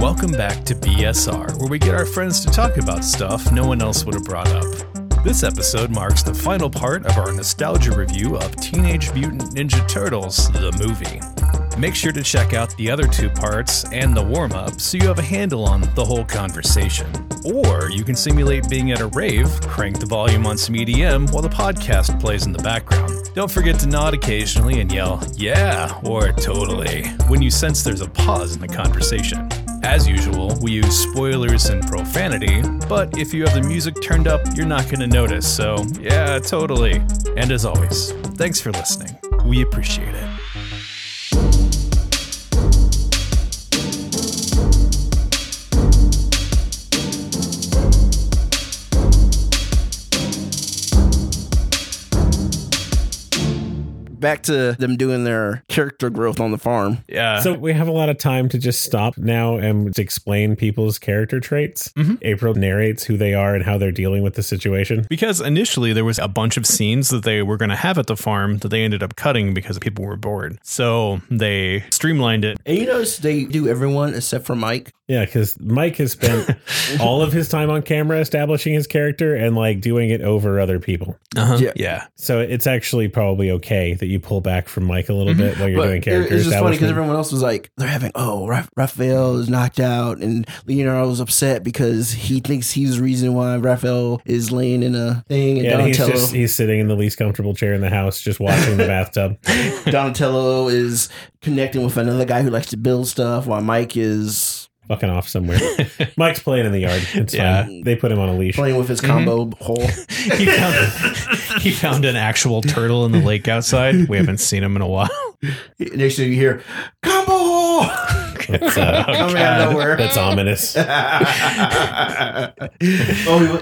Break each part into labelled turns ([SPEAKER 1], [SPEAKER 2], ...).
[SPEAKER 1] Welcome back to BSR, where we get our friends to talk about stuff no one else would have brought up. This episode marks the final part of our nostalgia review of Teenage Mutant Ninja Turtles, the movie. Make sure to check out the other two parts and the warm up so you have a handle on the whole conversation. Or you can simulate being at a rave, crank the volume on some EDM while the podcast plays in the background. Don't forget to nod occasionally and yell, yeah, or totally, when you sense there's a pause in the conversation. As usual, we use spoilers and profanity, but if you have the music turned up, you're not going to notice, so yeah, totally. And as always, thanks for listening. We appreciate it.
[SPEAKER 2] back to them doing their character growth on the farm.
[SPEAKER 1] Yeah.
[SPEAKER 3] So we have a lot of time to just stop now and to explain people's character traits.
[SPEAKER 2] Mm-hmm.
[SPEAKER 3] April narrates who they are and how they're dealing with the situation.
[SPEAKER 1] Because initially there was a bunch of scenes that they were going to have at the farm that they ended up cutting because people were bored. So they streamlined it.
[SPEAKER 2] And you notice they do everyone except for Mike.
[SPEAKER 3] Yeah, because Mike has spent all of his time on camera establishing his character and like doing it over other people.
[SPEAKER 1] Uh-huh.
[SPEAKER 2] Yeah.
[SPEAKER 1] yeah.
[SPEAKER 3] So it's actually probably okay that you pull back from Mike a little bit while you're doing
[SPEAKER 2] Mm-hmm. it-
[SPEAKER 3] character
[SPEAKER 2] it's just funny because
[SPEAKER 3] establishment.
[SPEAKER 2] everyone else was like, they're having, oh, Ra- Raphael is knocked out, and Leonardo was upset because he thinks he's the reason why Raphael is laying in a thing. And
[SPEAKER 3] yeah, and he's
[SPEAKER 2] Donatello,
[SPEAKER 3] just he's sitting in the least comfortable chair in the house, just watching the bathtub.
[SPEAKER 2] Donatello is connecting with another guy who likes to build stuff, while Mike is
[SPEAKER 3] fucking off somewhere. Mike's playing in the yard. It's
[SPEAKER 1] Yeah.
[SPEAKER 3] fine. They put him on a leash.
[SPEAKER 2] playing with his
[SPEAKER 3] Mm-hmm.
[SPEAKER 2] combo hole.
[SPEAKER 1] He found, he found an actual turtle in the lake outside. We haven't seen him in a while.
[SPEAKER 2] Next thing you hear, combo hole
[SPEAKER 3] That's, uh,
[SPEAKER 2] coming out of nowhere.
[SPEAKER 3] that's ominous.
[SPEAKER 2] oh,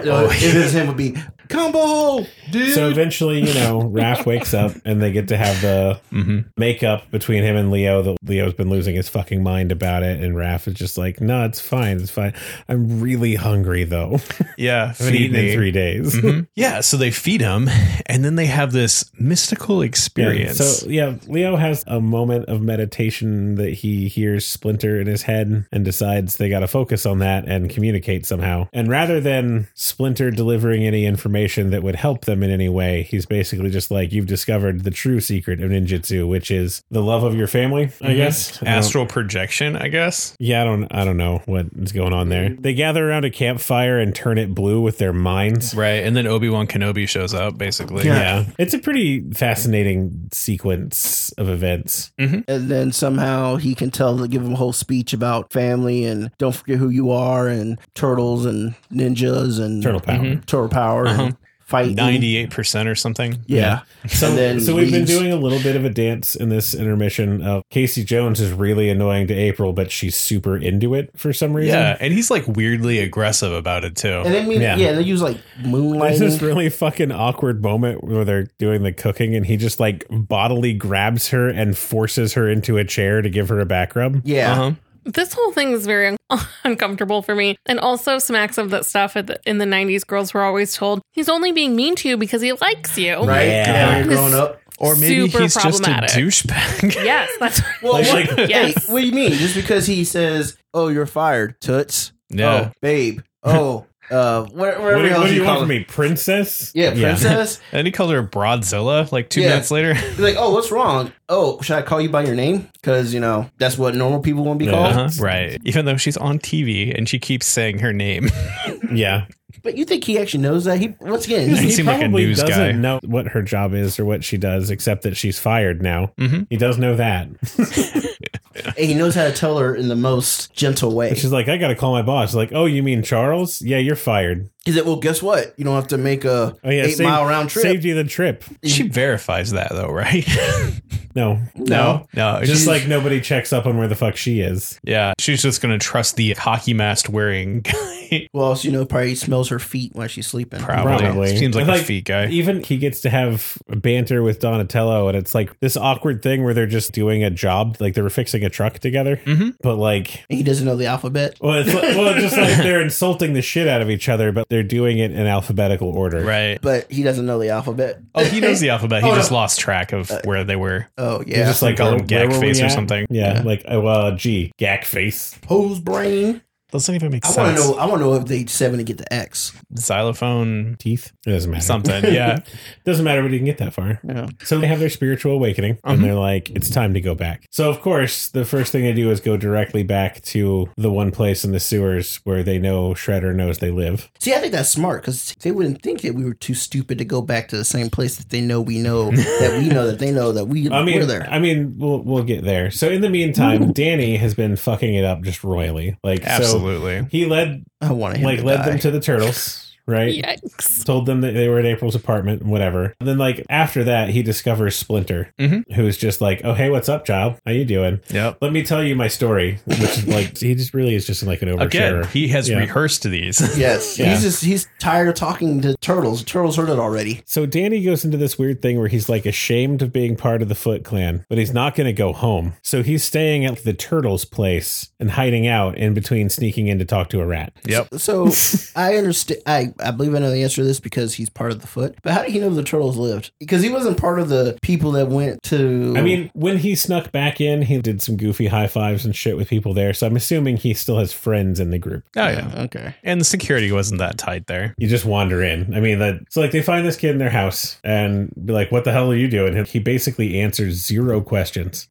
[SPEAKER 2] he- uh, if it was him, it would be combo hole, dude.
[SPEAKER 3] Oh, So eventually, you know, Raph wakes up and they get to have the
[SPEAKER 1] Mhm.
[SPEAKER 3] makeup between him and Leo. That Leo's been losing his fucking mind about it, and Raph is just like, "No, it's fine, it's fine. I'm really hungry though.
[SPEAKER 1] Yeah.
[SPEAKER 3] I haven't
[SPEAKER 1] feed
[SPEAKER 3] eaten Mm-hmm. in
[SPEAKER 1] me.
[SPEAKER 3] three days."
[SPEAKER 1] Mhm. Yeah. So they feed him and then they have this mystical
[SPEAKER 3] Yeah,
[SPEAKER 1] experience.
[SPEAKER 3] so yeah, Leo has a moment of meditation that he hears Splinter in his head and decides they got to focus on that and communicate somehow. And rather than Splinter delivering any information that would help them in any way, he's basically just like, "You've discovered the true secret of ninjutsu, which is the love of your family." I guess Mm-hmm. I don't-
[SPEAKER 1] Astral projection, I guess.
[SPEAKER 3] yeah, I don't I don't know what is going on there. They gather around a campfire and turn it blue with their minds.
[SPEAKER 1] Right. And then Obi Wan Kenobi shows up, basically.
[SPEAKER 3] Yeah. It's a pretty fascinating sequence of events.
[SPEAKER 2] and then somehow he can tell to give him a whole speech about family and don't forget who you are and turtles and ninjas and
[SPEAKER 3] Turtle power. Uh-huh.
[SPEAKER 2] turtle power and fight
[SPEAKER 1] Ninety-eight percent or something.
[SPEAKER 2] Yeah.
[SPEAKER 3] So,
[SPEAKER 2] And then
[SPEAKER 3] so we've been
[SPEAKER 2] leaves.
[SPEAKER 3] doing a little bit of a dance in this intermission of Casey Jones is really annoying to April, but she's super into it for some reason.
[SPEAKER 1] Yeah, and he's like weirdly aggressive about it too.
[SPEAKER 2] And they mean,
[SPEAKER 3] Yeah.
[SPEAKER 2] yeah. they use like
[SPEAKER 3] There's this
[SPEAKER 2] moonlighting.
[SPEAKER 3] really fucking awkward moment where they're doing the cooking and he just like bodily grabs her and forces her into a chair to give her a back rub.
[SPEAKER 2] Yeah.
[SPEAKER 1] Uh-huh.
[SPEAKER 4] This whole thing is very un- uncomfortable for me, and also smacks of that stuff at the, in the '90s. Girls were always told he's only being mean to you because he likes you.
[SPEAKER 2] Right?
[SPEAKER 3] Yeah.
[SPEAKER 2] Now you're growing
[SPEAKER 4] This-
[SPEAKER 2] up.
[SPEAKER 1] Or maybe
[SPEAKER 4] Super
[SPEAKER 1] he's just a
[SPEAKER 4] problematic.
[SPEAKER 1] douchebag.
[SPEAKER 4] Yes, that's
[SPEAKER 2] Well,
[SPEAKER 3] Like-
[SPEAKER 2] what,
[SPEAKER 4] Yes.
[SPEAKER 2] hey, what do you mean? Just because he says, "Oh, you're fired, toots."
[SPEAKER 1] Yeah.
[SPEAKER 2] Oh, babe. Oh, uh, whatever
[SPEAKER 3] What, do-
[SPEAKER 2] else
[SPEAKER 3] what do you want
[SPEAKER 2] call
[SPEAKER 3] from
[SPEAKER 2] it.
[SPEAKER 3] me, princess?
[SPEAKER 2] Yeah, princess.
[SPEAKER 1] And he called her Broadzilla like two
[SPEAKER 2] Yeah.
[SPEAKER 1] minutes later.
[SPEAKER 2] Be like, oh, what's wrong? Oh, should I call you by your name? Because you know that's what normal people want to be
[SPEAKER 3] Yeah.
[SPEAKER 2] called.
[SPEAKER 1] Uh-huh. Right. Even though she's on TV and she keeps saying her name.
[SPEAKER 3] Yeah.
[SPEAKER 2] But you think he actually knows that? He once again,
[SPEAKER 1] Doesn't
[SPEAKER 3] He
[SPEAKER 2] he's,
[SPEAKER 1] seem like a
[SPEAKER 3] probably
[SPEAKER 1] news
[SPEAKER 3] doesn't
[SPEAKER 1] guy.
[SPEAKER 3] know what her job is or what she does, except that she's fired now.
[SPEAKER 1] Mhm.
[SPEAKER 3] He does know that.
[SPEAKER 2] he knows how to tell her in the most gentle way.
[SPEAKER 3] She's like, I got to call my boss. Like, oh, you mean Charles? Yeah, you're fired.
[SPEAKER 2] He's like, well, guess what? You don't have to make a
[SPEAKER 3] Oh, yeah.
[SPEAKER 2] eight
[SPEAKER 3] saved-
[SPEAKER 2] mile round trip.
[SPEAKER 3] Saved you the trip.
[SPEAKER 2] Mm-hmm.
[SPEAKER 1] She verifies that though, right?
[SPEAKER 3] No.
[SPEAKER 2] No.
[SPEAKER 1] no. it's
[SPEAKER 3] Just
[SPEAKER 1] Just like
[SPEAKER 3] like nobody checks up on where the fuck she is.
[SPEAKER 1] yeah, she's just gonna trust the hockey mask wearing guy. Probably.
[SPEAKER 2] Who else you know probably smells her feet while she's sleeping?
[SPEAKER 3] Probably.
[SPEAKER 1] Seems like
[SPEAKER 3] Like-
[SPEAKER 1] a feet guy.
[SPEAKER 3] Even he gets to have banter with Donatello, and it's like this awkward thing where they're just doing a job, like they were fixing a truck together.
[SPEAKER 1] Mhm.
[SPEAKER 3] But like,
[SPEAKER 2] And he doesn't know the alphabet.
[SPEAKER 3] well, it's like, well, it's just like they're insulting the shit out of each other, but they're doing it in alphabetical order.
[SPEAKER 1] Right.
[SPEAKER 2] But he doesn't know the alphabet.
[SPEAKER 1] Oh, he knows the alphabet. He
[SPEAKER 2] Oh,
[SPEAKER 1] just
[SPEAKER 2] no.
[SPEAKER 1] lost track of where they were.
[SPEAKER 2] Oh
[SPEAKER 3] They're
[SPEAKER 2] yeah.
[SPEAKER 3] just like
[SPEAKER 1] Call
[SPEAKER 3] where-
[SPEAKER 1] him Gak
[SPEAKER 3] where were
[SPEAKER 1] Face
[SPEAKER 3] we
[SPEAKER 1] or
[SPEAKER 3] at?
[SPEAKER 1] something.
[SPEAKER 3] Yeah,
[SPEAKER 2] Yeah.
[SPEAKER 3] like oh, well, gee, Gak Face.
[SPEAKER 2] Who's brain?
[SPEAKER 1] Doesn't even make
[SPEAKER 2] I
[SPEAKER 1] sense.
[SPEAKER 2] want to know. I want to know if they seven to get the X.
[SPEAKER 1] Xylophone
[SPEAKER 3] Teeth. It doesn't matter.
[SPEAKER 1] something. Yeah.
[SPEAKER 3] Doesn't matter, but you can get that far.
[SPEAKER 2] Yeah.
[SPEAKER 3] So they have their spiritual awakening
[SPEAKER 1] Mhm.
[SPEAKER 3] and they're like, it's time to go back. So, of course, the first thing they do is go directly back to the one place in the sewers where they know Shredder knows they live.
[SPEAKER 2] See, I think that's smart because they wouldn't think that we were too stupid to go back to the same place that they know we know that we know that they know that we
[SPEAKER 3] I mean,
[SPEAKER 2] were there.
[SPEAKER 3] I mean, we'll, we'll get there. So, in the meantime, Danny has been fucking it up just royally. Like,
[SPEAKER 1] Absolutely.
[SPEAKER 3] so he led,
[SPEAKER 2] I want him
[SPEAKER 3] like,
[SPEAKER 2] to
[SPEAKER 3] led
[SPEAKER 2] die.
[SPEAKER 3] them to the turtles, right?
[SPEAKER 4] Yikes.
[SPEAKER 3] Told them that they were at April's apartment and whatever. And then, like, after that, he discovers Splinter,
[SPEAKER 1] Mhm.
[SPEAKER 3] who's just like, oh, hey, what's up, child? How you doing?
[SPEAKER 1] Yep.
[SPEAKER 3] Let me tell you my story, which is like, he just really is just like an oversharer.
[SPEAKER 1] Again, he has
[SPEAKER 3] Yeah.
[SPEAKER 1] rehearsed these.
[SPEAKER 2] Yes,
[SPEAKER 3] Yeah.
[SPEAKER 2] he's just he's tired of talking to turtles. Turtles heard it already.
[SPEAKER 3] So Danny goes into this weird thing where he's like ashamed of being part of the Foot Clan, but he's not going to go home. So he's staying at the Turtles' place and hiding out in between sneaking in to talk to a rat.
[SPEAKER 1] yep.
[SPEAKER 2] So I understand. I, I believe I know the answer to this because he's part of the foot. But how did he know the turtles lived? Because he wasn't part of the people that went to.
[SPEAKER 3] I mean, when he snuck back in, he did some goofy high fives and shit with people there. So I'm assuming he still has friends in the group.
[SPEAKER 1] Oh yeah.
[SPEAKER 2] okay.
[SPEAKER 1] And the security wasn't that tight there.
[SPEAKER 3] You just wander in. I mean, that, so like they find this kid in their house and be like, "What the hell are you doing?" And he basically answers zero questions.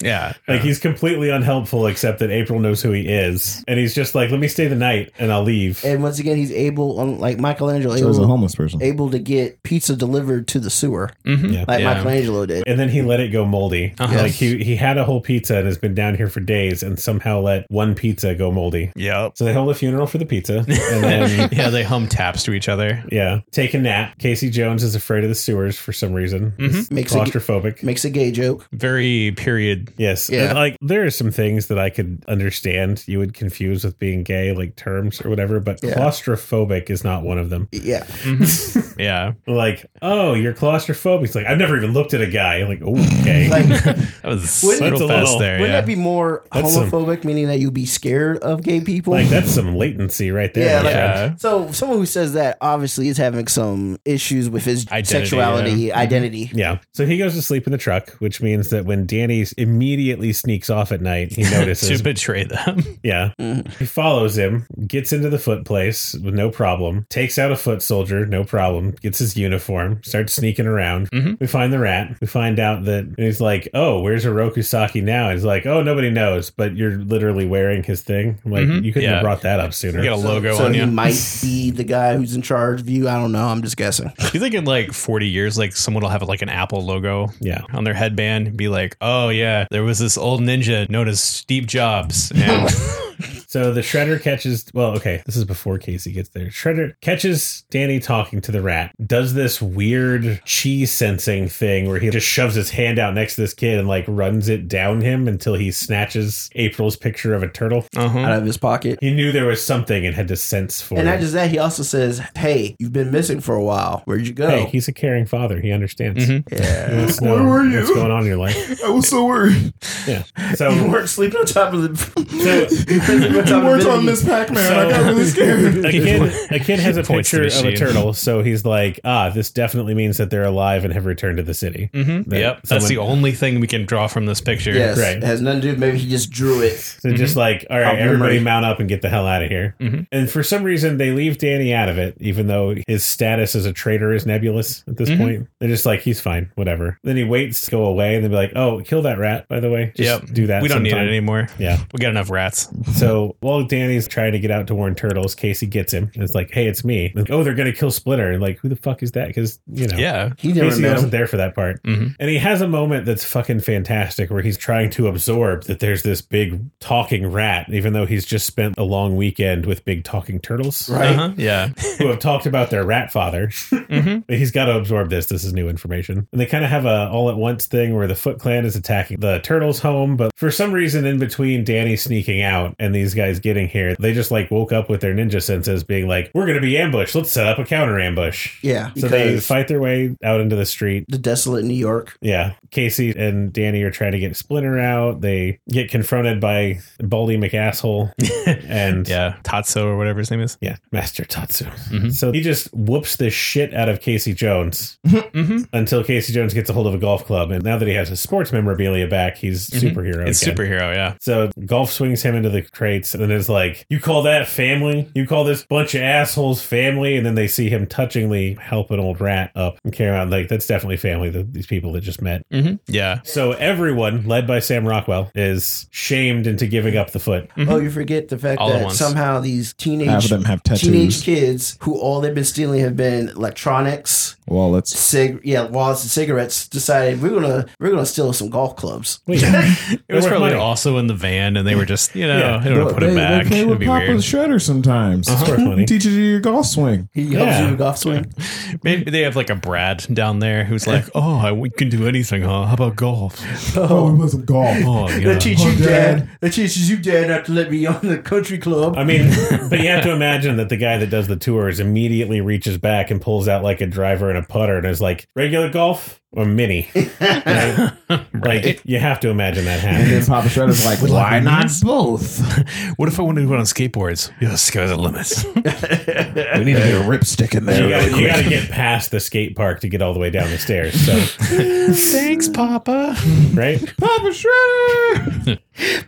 [SPEAKER 1] Yeah.
[SPEAKER 3] Like he's completely unhelpful, except that April knows who he is, and he's just like, "Let me stay the night, and I'll leave."
[SPEAKER 2] And once again, he's able, on like Michelangelo,
[SPEAKER 5] So it was a
[SPEAKER 2] able,
[SPEAKER 5] homeless person.
[SPEAKER 2] able to get pizza delivered to the sewer,
[SPEAKER 1] Mhm.
[SPEAKER 3] Yeah.
[SPEAKER 2] like
[SPEAKER 1] Yeah.
[SPEAKER 2] Michelangelo did.
[SPEAKER 3] And then he let it go moldy.
[SPEAKER 1] Uh-huh.
[SPEAKER 3] Like he he had a whole pizza and has been down here for days, and somehow let one pizza go moldy.
[SPEAKER 1] Yep.
[SPEAKER 3] So they hold a funeral for the pizza, and then.
[SPEAKER 1] yeah, they hum taps to each other.
[SPEAKER 3] Yeah, take a nap. Casey Jones is afraid of the sewers for some reason.
[SPEAKER 1] Mm-hmm.
[SPEAKER 3] He's
[SPEAKER 2] Makes a-
[SPEAKER 3] claustrophobic.
[SPEAKER 2] Makes a gay joke.
[SPEAKER 1] Very period.
[SPEAKER 3] yes,
[SPEAKER 2] Yeah.
[SPEAKER 3] And, like there are some things that I could understand you would confuse with being gay, like terms or whatever. But
[SPEAKER 2] Yeah.
[SPEAKER 3] claustrophobic is not one of them.
[SPEAKER 2] Yeah,
[SPEAKER 1] Mhm. yeah.
[SPEAKER 3] like, oh, you're claustrophobic. It's like, I've never even looked at a guy. like, oh, okay.
[SPEAKER 2] like
[SPEAKER 1] That was
[SPEAKER 2] Wouldn't
[SPEAKER 1] little
[SPEAKER 3] it-
[SPEAKER 1] fast
[SPEAKER 3] Little.
[SPEAKER 1] there.
[SPEAKER 2] wouldn't
[SPEAKER 1] Yeah.
[SPEAKER 2] that be more
[SPEAKER 3] That's some-
[SPEAKER 2] homophobic, meaning that you'd be scared of gay people?
[SPEAKER 3] like, that's some latency right there.
[SPEAKER 2] Yeah,
[SPEAKER 3] my
[SPEAKER 2] like-
[SPEAKER 3] friend.
[SPEAKER 1] yeah.
[SPEAKER 2] so someone who says that obviously is having some issues with his
[SPEAKER 1] Identity,
[SPEAKER 2] sexuality,
[SPEAKER 1] yeah.
[SPEAKER 2] identity.
[SPEAKER 3] yeah. Mm-hmm. So he goes to sleep in the truck, which means that when Danny immediately sneaks off at night, he notices.
[SPEAKER 1] to betray them.
[SPEAKER 3] yeah.
[SPEAKER 2] Mhm.
[SPEAKER 3] He follows him, gets into the foot place with no problem, takes out a foot soldier, no problem, gets his uniform, starts sneaking around.
[SPEAKER 1] Mhm.
[SPEAKER 3] We find the rat. We find out that and he's like, oh, where's Oroku Saki now? And he's like, oh, nobody knows, but you're literally wearing his thing. I'm like,
[SPEAKER 1] Mhm.
[SPEAKER 3] you couldn't
[SPEAKER 1] Yeah.
[SPEAKER 3] have brought that up sooner.
[SPEAKER 1] You got a logo
[SPEAKER 2] so
[SPEAKER 1] on
[SPEAKER 2] he
[SPEAKER 1] you.
[SPEAKER 2] might be the guy who's in charge of you. I don't know. I'm just guessing.
[SPEAKER 1] You think in like 40 years, like someone will have like an Apple logo
[SPEAKER 3] Yeah.
[SPEAKER 1] on their headband and be like, oh, yeah, there was this old ninja known as Steve Jobs. And
[SPEAKER 3] So the Shredder catches. Well, okay, this is before Casey gets there. Shredder catches Danny talking to the rat. Does this weird chi sensing thing where he just shoves his hand out next to this kid and like runs it down him until he snatches April's picture of a turtle.
[SPEAKER 1] uh-huh.
[SPEAKER 2] Out of his pocket.
[SPEAKER 3] He knew there was something and had to sense for
[SPEAKER 2] And
[SPEAKER 3] it.
[SPEAKER 2] not just that, he also says, "Hey, you've been missing for a while. Where'd you go?"
[SPEAKER 3] hey, he's a caring father. He understands.
[SPEAKER 1] Mhm.
[SPEAKER 3] He
[SPEAKER 2] yeah,
[SPEAKER 3] wants to know
[SPEAKER 2] Where were you?
[SPEAKER 3] What's going on in your life?
[SPEAKER 2] I was so worried.
[SPEAKER 3] Yeah.
[SPEAKER 2] You
[SPEAKER 3] So.
[SPEAKER 2] weren't sleeping on top of the.
[SPEAKER 3] so
[SPEAKER 2] you weren't on this
[SPEAKER 5] Pac-Man.
[SPEAKER 3] So-
[SPEAKER 5] scared.
[SPEAKER 3] a kid, a kid has a
[SPEAKER 1] Points to
[SPEAKER 3] picture
[SPEAKER 1] the
[SPEAKER 3] of a
[SPEAKER 1] machine.
[SPEAKER 3] turtle, so he's like, ah, this definitely means that they're alive and have returned to the city.
[SPEAKER 1] Mhm.
[SPEAKER 3] That
[SPEAKER 1] Yep. That's the
[SPEAKER 3] someone-
[SPEAKER 1] only thing we can draw from this picture.
[SPEAKER 2] Yes,
[SPEAKER 3] Right.
[SPEAKER 2] it has nothing to do. Maybe he just drew it.
[SPEAKER 3] So just
[SPEAKER 1] Mm-hmm.
[SPEAKER 3] like, all
[SPEAKER 2] Of
[SPEAKER 3] right,
[SPEAKER 2] memory.
[SPEAKER 3] everybody mount up and get the hell out of here.
[SPEAKER 1] Mhm.
[SPEAKER 3] And for some reason, they leave Danny out of it, even though his status as a traitor is nebulous at this
[SPEAKER 1] Mhm.
[SPEAKER 3] point. They're just like, he's fine, whatever. Then he waits to go away and they'll be like, oh, kill that rat, by the way. Just
[SPEAKER 1] Yep.
[SPEAKER 3] do that.
[SPEAKER 1] We don't need
[SPEAKER 3] sometime.
[SPEAKER 1] it anymore.
[SPEAKER 3] Yeah.
[SPEAKER 1] We got enough rats.
[SPEAKER 3] So while Danny's trying to get out to warn turtles, Casey gets him. And it's like, hey, it's me. Like, oh, they're going to kill Splinter. Like, who the fuck is that? Because, you know.
[SPEAKER 1] Yeah.
[SPEAKER 2] He never
[SPEAKER 3] Casey
[SPEAKER 2] knows.
[SPEAKER 3] wasn't there for that part.
[SPEAKER 1] hmm
[SPEAKER 3] And he has a moment that's fucking fantastic where he's trying to absorb that there's this big talking rat, even though he's just spent a long weekend with big talking turtles
[SPEAKER 2] Right.
[SPEAKER 1] Uh-huh. Yeah.
[SPEAKER 3] who have talked about their rat father.
[SPEAKER 1] Mhm.
[SPEAKER 3] But he's got to absorb this. This is new information. And they kind of have a all at once thing where the Foot Clan is attacking the turtles' home, but for some reason, in between Danny sneaking out and these guys getting here. They just like woke up with their ninja senses being like, we're going to be ambushed. Let's set up a counter ambush.
[SPEAKER 2] Yeah,
[SPEAKER 3] So they
[SPEAKER 2] because
[SPEAKER 3] fight their way out into the street.
[SPEAKER 2] the desolate New York.
[SPEAKER 3] Yeah. Casey and Danny are trying to get Splinter out. They get confronted by Baldy McAsshole and
[SPEAKER 1] Yeah, Tatsu or whatever his name is.
[SPEAKER 3] yeah, Master Tatsu.
[SPEAKER 1] Mhm.
[SPEAKER 3] So he just whoops the shit out of Casey Jones
[SPEAKER 1] Mm-hmm.
[SPEAKER 3] until Casey Jones gets a hold of a golf club. And now that he has his sports memorabilia back, he's
[SPEAKER 1] Mhm.
[SPEAKER 3] superhero.
[SPEAKER 1] It's
[SPEAKER 3] again.
[SPEAKER 1] superhero, yeah.
[SPEAKER 3] So golf swings him into the crates and then is like, You call that family? You call this bunch of assholes family? And then they see him touchingly help an old rat up and carry him out. Like, that's definitely family, the, these people that just met.
[SPEAKER 1] Mm-hmm. Yeah.
[SPEAKER 3] So everyone, led by Sam Rockwell, is shamed into giving up the foot.
[SPEAKER 2] Oh, you forget the fact
[SPEAKER 1] All at
[SPEAKER 2] that
[SPEAKER 1] once.
[SPEAKER 2] somehow these
[SPEAKER 5] Half
[SPEAKER 2] teenage
[SPEAKER 5] of them have
[SPEAKER 2] teenage
[SPEAKER 5] tattoos.
[SPEAKER 2] kids who all they've been stealing have been electronics,
[SPEAKER 5] Wallets.
[SPEAKER 2] cig yeah, wallets and cigarettes. Decided we're gonna we're gonna steal some golf clubs.
[SPEAKER 3] Wait,
[SPEAKER 1] It was
[SPEAKER 3] worth
[SPEAKER 1] probably
[SPEAKER 3] money.
[SPEAKER 1] also in the van, and they were just, you know,
[SPEAKER 3] Yeah.
[SPEAKER 1] they don't want to put
[SPEAKER 5] they,
[SPEAKER 1] it
[SPEAKER 5] they
[SPEAKER 1] back.
[SPEAKER 5] play
[SPEAKER 1] It would
[SPEAKER 5] with
[SPEAKER 1] be
[SPEAKER 5] Papa's
[SPEAKER 1] weird.
[SPEAKER 5] shredder sometimes.
[SPEAKER 3] Uh-huh. It's worth money.
[SPEAKER 5] Teaches you your golf swing.
[SPEAKER 2] He helps
[SPEAKER 3] Yeah.
[SPEAKER 2] you with golf swing.
[SPEAKER 1] Maybe they have like a Brad down there who's like, oh, I we can do anything, huh? How about golf?
[SPEAKER 5] Oh, we play some golf.
[SPEAKER 1] Oh,
[SPEAKER 2] That
[SPEAKER 1] yeah.
[SPEAKER 2] teaches
[SPEAKER 5] Oh,
[SPEAKER 2] you,
[SPEAKER 5] Dad.
[SPEAKER 2] dad. That teaches you, dad, not to let me on the country club.
[SPEAKER 3] I mean, but you have to imagine that the guy that does the tours immediately reaches back and pulls out like a driver and a putter and is like, regular golf or mini? Right? Like, you have to imagine that
[SPEAKER 5] And then
[SPEAKER 3] happens.
[SPEAKER 5] Papa Shredder's like, why not both?
[SPEAKER 1] What if I wanted to go on skateboards? Yeah, the sky's the limits.
[SPEAKER 5] We need to get a ripstick in there.
[SPEAKER 3] You gotta,
[SPEAKER 5] really
[SPEAKER 3] you
[SPEAKER 5] quick.
[SPEAKER 3] gotta get past the skate park to get all the way down the stairs. So,
[SPEAKER 1] Thanks, Papa.
[SPEAKER 3] right?
[SPEAKER 5] Papa Shredder!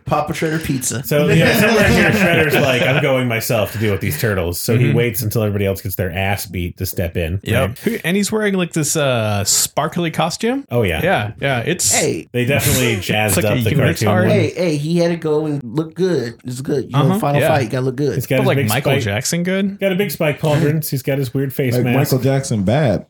[SPEAKER 2] Papa Shredder pizza.
[SPEAKER 3] So yeah, somewhere here, Shredder's like, I'm going myself to deal with these turtles. So he waits until everybody else gets their ass beat to step in.
[SPEAKER 1] Yep.
[SPEAKER 3] Right?
[SPEAKER 1] And he's wearing like this uh sparkly costume.
[SPEAKER 3] Oh yeah.
[SPEAKER 1] Yeah, yeah. It's
[SPEAKER 2] Hey,
[SPEAKER 3] They definitely jazzed
[SPEAKER 1] like a
[SPEAKER 3] up the
[SPEAKER 1] unitard.
[SPEAKER 3] cartoon. one.
[SPEAKER 2] hey, hey, he had to go and look good. It's good. You know,
[SPEAKER 1] Uh-huh,
[SPEAKER 2] final
[SPEAKER 1] yeah.
[SPEAKER 2] fight, you gotta look good.
[SPEAKER 3] He's got his
[SPEAKER 1] like
[SPEAKER 3] big
[SPEAKER 1] Michael
[SPEAKER 3] spike-
[SPEAKER 1] Jackson good.
[SPEAKER 3] Got a big spike pauldrons. He's got his weird face
[SPEAKER 5] Like
[SPEAKER 3] mask.
[SPEAKER 5] Michael Jackson bad.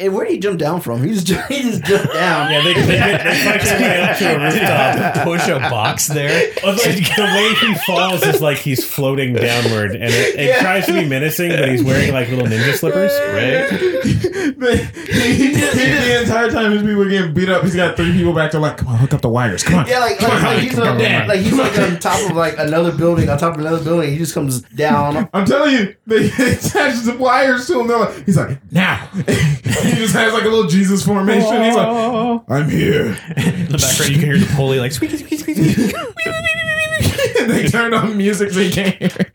[SPEAKER 2] And where did he jump down from? He just, he just jumped down.
[SPEAKER 3] yeah, they, they, they, they fight their way up to a rooftop.
[SPEAKER 1] Push a box there.
[SPEAKER 3] But, like, the way he falls is like he's floating downward, and it, it tries to be menacing, but he's wearing like little ninja slippers.
[SPEAKER 1] Right?
[SPEAKER 5] the entire time his people were getting beat up, he's got three people back there like, come on, hook up the wires. Come on.
[SPEAKER 2] Yeah, like, like, like he's on,
[SPEAKER 5] Come on.
[SPEAKER 2] like he's like on top of like another building, on top of another building. He just comes down.
[SPEAKER 5] I'm telling you, they attach the wires to him. They're like, he's like, now. he just has like a little Jesus formation. He's like, I'm here.
[SPEAKER 1] In the background, you can hear the pulley like squeaky, squeaky, squeaky.
[SPEAKER 5] and they turned on music so he can't hear.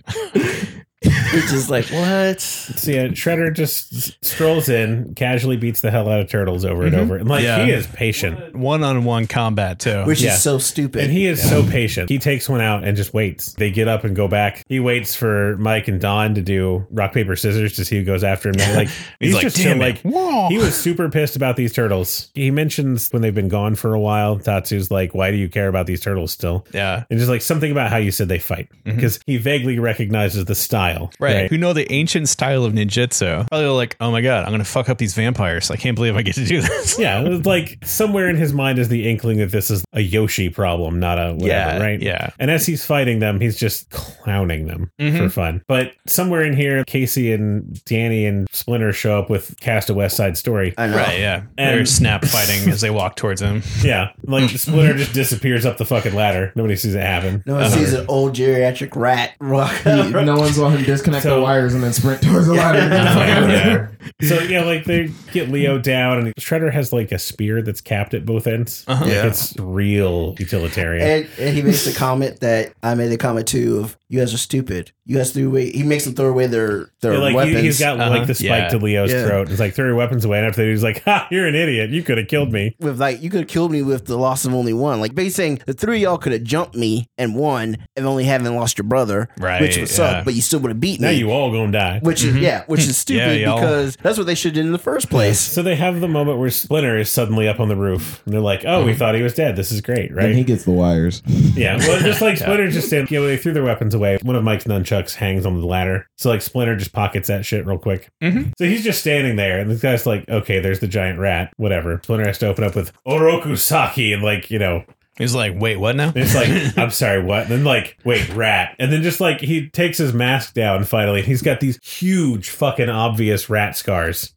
[SPEAKER 2] It's just like what?
[SPEAKER 3] So yeah, uh, Shredder just s- strolls in, casually beats the hell out of turtles over and over, and like
[SPEAKER 1] Mm-hmm. Yeah.
[SPEAKER 3] he is patient.
[SPEAKER 1] One on one combat too.
[SPEAKER 2] Which
[SPEAKER 3] Yeah.
[SPEAKER 2] is so stupid.
[SPEAKER 3] And he is so patient. He takes one out and just waits. They get up and go back. He waits for Mike and Don to do rock paper scissors to see who goes after him. They're like he's,
[SPEAKER 1] like,
[SPEAKER 3] just
[SPEAKER 1] "Damn
[SPEAKER 3] so,
[SPEAKER 1] it."
[SPEAKER 3] like
[SPEAKER 1] Whoa.
[SPEAKER 3] he was super pissed about these turtles. He mentions when they've been gone for a while. Tatsu's like, "Why do you care about these turtles still?"
[SPEAKER 1] yeah.
[SPEAKER 3] And just like something about how you said they fight because he vaguely recognizes the style.
[SPEAKER 1] Mm-hmm. Right. Who know the ancient style of ninjutsu. Probably like, oh my god, I'm gonna fuck up these vampires. I can't believe I get to do this.
[SPEAKER 3] Yeah, it was like somewhere in his mind is the inkling that this is a Yoshi problem, not a whatever,
[SPEAKER 1] Yeah,
[SPEAKER 3] right?
[SPEAKER 1] yeah.
[SPEAKER 3] And as he's fighting them, he's just clowning them
[SPEAKER 1] Mm-hmm.
[SPEAKER 3] for fun. But somewhere in here, Casey and Danny and Splinter show up with cast a West Side Story.
[SPEAKER 2] I know.
[SPEAKER 1] Right, yeah. They're
[SPEAKER 3] And-
[SPEAKER 1] snap fighting as they walk towards him.
[SPEAKER 3] yeah, like Splinter just disappears up the fucking ladder. Nobody sees it happen. Uh,
[SPEAKER 2] No one sees an old geriatric rat rock.
[SPEAKER 5] He- no one saw him disconnect
[SPEAKER 3] So-
[SPEAKER 5] the wires and then sprint towards the ladder.
[SPEAKER 3] Yeah. So yeah, like they get Leo down, and Shredder has like a spear that's capped at both ends.
[SPEAKER 1] Uh-huh.
[SPEAKER 3] Like,
[SPEAKER 5] Yeah.
[SPEAKER 3] it's real utilitarian.
[SPEAKER 2] And, and he makes the comment that I made the comment too of you guys are stupid. You guys threw away. He makes them throw away their their
[SPEAKER 3] Yeah, like
[SPEAKER 2] weapons.
[SPEAKER 3] He, has got
[SPEAKER 1] Uh-huh.
[SPEAKER 3] like the spike
[SPEAKER 1] Yeah.
[SPEAKER 3] to Leo's
[SPEAKER 2] Yeah.
[SPEAKER 3] throat. It's like throw your weapons away, and after that, he's like, "Ha, you're an idiot. You could have killed me."
[SPEAKER 2] with like you could have killed me with the loss of only one. Like basically saying the three of y'all could have jumped me and won and only having lost your brother,
[SPEAKER 1] Right,
[SPEAKER 2] Which would
[SPEAKER 1] yeah.
[SPEAKER 2] suck, but you still would have beat
[SPEAKER 3] Now
[SPEAKER 2] me.
[SPEAKER 3] you all gonna die.
[SPEAKER 2] which is yeah, which is stupid
[SPEAKER 1] y'all.
[SPEAKER 2] because that's what they should have did in the first place.
[SPEAKER 3] So they have the moment where Splinter is suddenly up on the roof, and they're like, "Oh, we thought he was dead. This is great, right?"
[SPEAKER 5] And he gets the wires.
[SPEAKER 3] yeah. Well, just like Splinter just did. You know, they threw their weapons away. One of Mike's nunchucks hangs on the ladder, so like Splinter just pockets that shit real quick.
[SPEAKER 1] Mhm.
[SPEAKER 3] So he's just standing there, and this guy's like, "Okay, there's the giant rat. Whatever." Splinter has to open up with Oroku Saki, and like you know.
[SPEAKER 1] He's like, wait, what now?
[SPEAKER 3] And it's like, I'm sorry, what? And then like, wait, rat. And then just like he takes his mask down finally, and he's got these huge fucking obvious rat scars.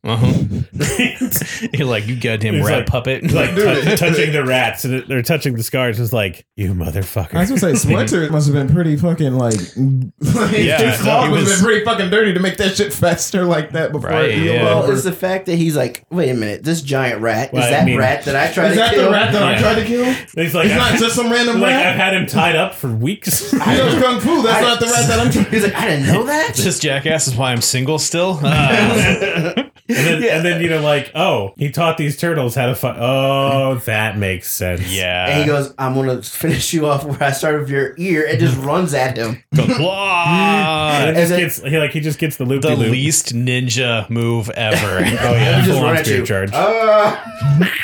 [SPEAKER 1] Uh-huh. You're like, you goddamn
[SPEAKER 3] He's
[SPEAKER 1] rat
[SPEAKER 3] like-
[SPEAKER 1] puppet.
[SPEAKER 3] He's like
[SPEAKER 5] Dude.
[SPEAKER 3] tou- touching the rats and they're touching the scars. And it's like, you motherfucker.
[SPEAKER 5] I was gonna say Splinter must have been pretty fucking like, like
[SPEAKER 1] Yeah,
[SPEAKER 5] his
[SPEAKER 1] no,
[SPEAKER 5] claw
[SPEAKER 1] he
[SPEAKER 5] must have
[SPEAKER 1] was-
[SPEAKER 5] been pretty fucking dirty to make that shit faster like that before
[SPEAKER 1] Right,
[SPEAKER 5] it healed
[SPEAKER 1] yeah.
[SPEAKER 2] Well,
[SPEAKER 5] over.
[SPEAKER 2] it's the fact that he's like, wait a minute, this giant rat
[SPEAKER 3] Well, I
[SPEAKER 2] is that
[SPEAKER 3] mean-
[SPEAKER 2] rat that I tried
[SPEAKER 5] Is
[SPEAKER 2] to
[SPEAKER 5] that
[SPEAKER 2] kill?
[SPEAKER 5] the rat that I
[SPEAKER 3] Yeah.
[SPEAKER 5] tried to kill?
[SPEAKER 3] And he's like,
[SPEAKER 5] It's
[SPEAKER 3] I've,
[SPEAKER 5] not just some random
[SPEAKER 3] like I've
[SPEAKER 5] rat.
[SPEAKER 3] had him tied up for weeks.
[SPEAKER 5] I know kung fu. That's
[SPEAKER 2] I-
[SPEAKER 5] not the rat that I'm.
[SPEAKER 2] He's like, I didn't know that.
[SPEAKER 1] This jackass is why I'm single still. Ah.
[SPEAKER 3] And then, and then you know, like, oh, he taught these turtles how to fight. Oh, that makes sense.
[SPEAKER 2] And he
[SPEAKER 1] yeah.
[SPEAKER 2] goes, I'm gonna finish you off where I started with your ear, and just runs at him.
[SPEAKER 1] Blah.
[SPEAKER 3] And it just
[SPEAKER 2] And then-
[SPEAKER 3] gets, he like he just gets the loop.
[SPEAKER 1] the least ninja move ever. oh
[SPEAKER 3] yeah,
[SPEAKER 2] He
[SPEAKER 3] full
[SPEAKER 2] just
[SPEAKER 3] on
[SPEAKER 2] run at
[SPEAKER 3] spear
[SPEAKER 2] you.
[SPEAKER 3] charge.
[SPEAKER 2] Uh,
[SPEAKER 3] Ah!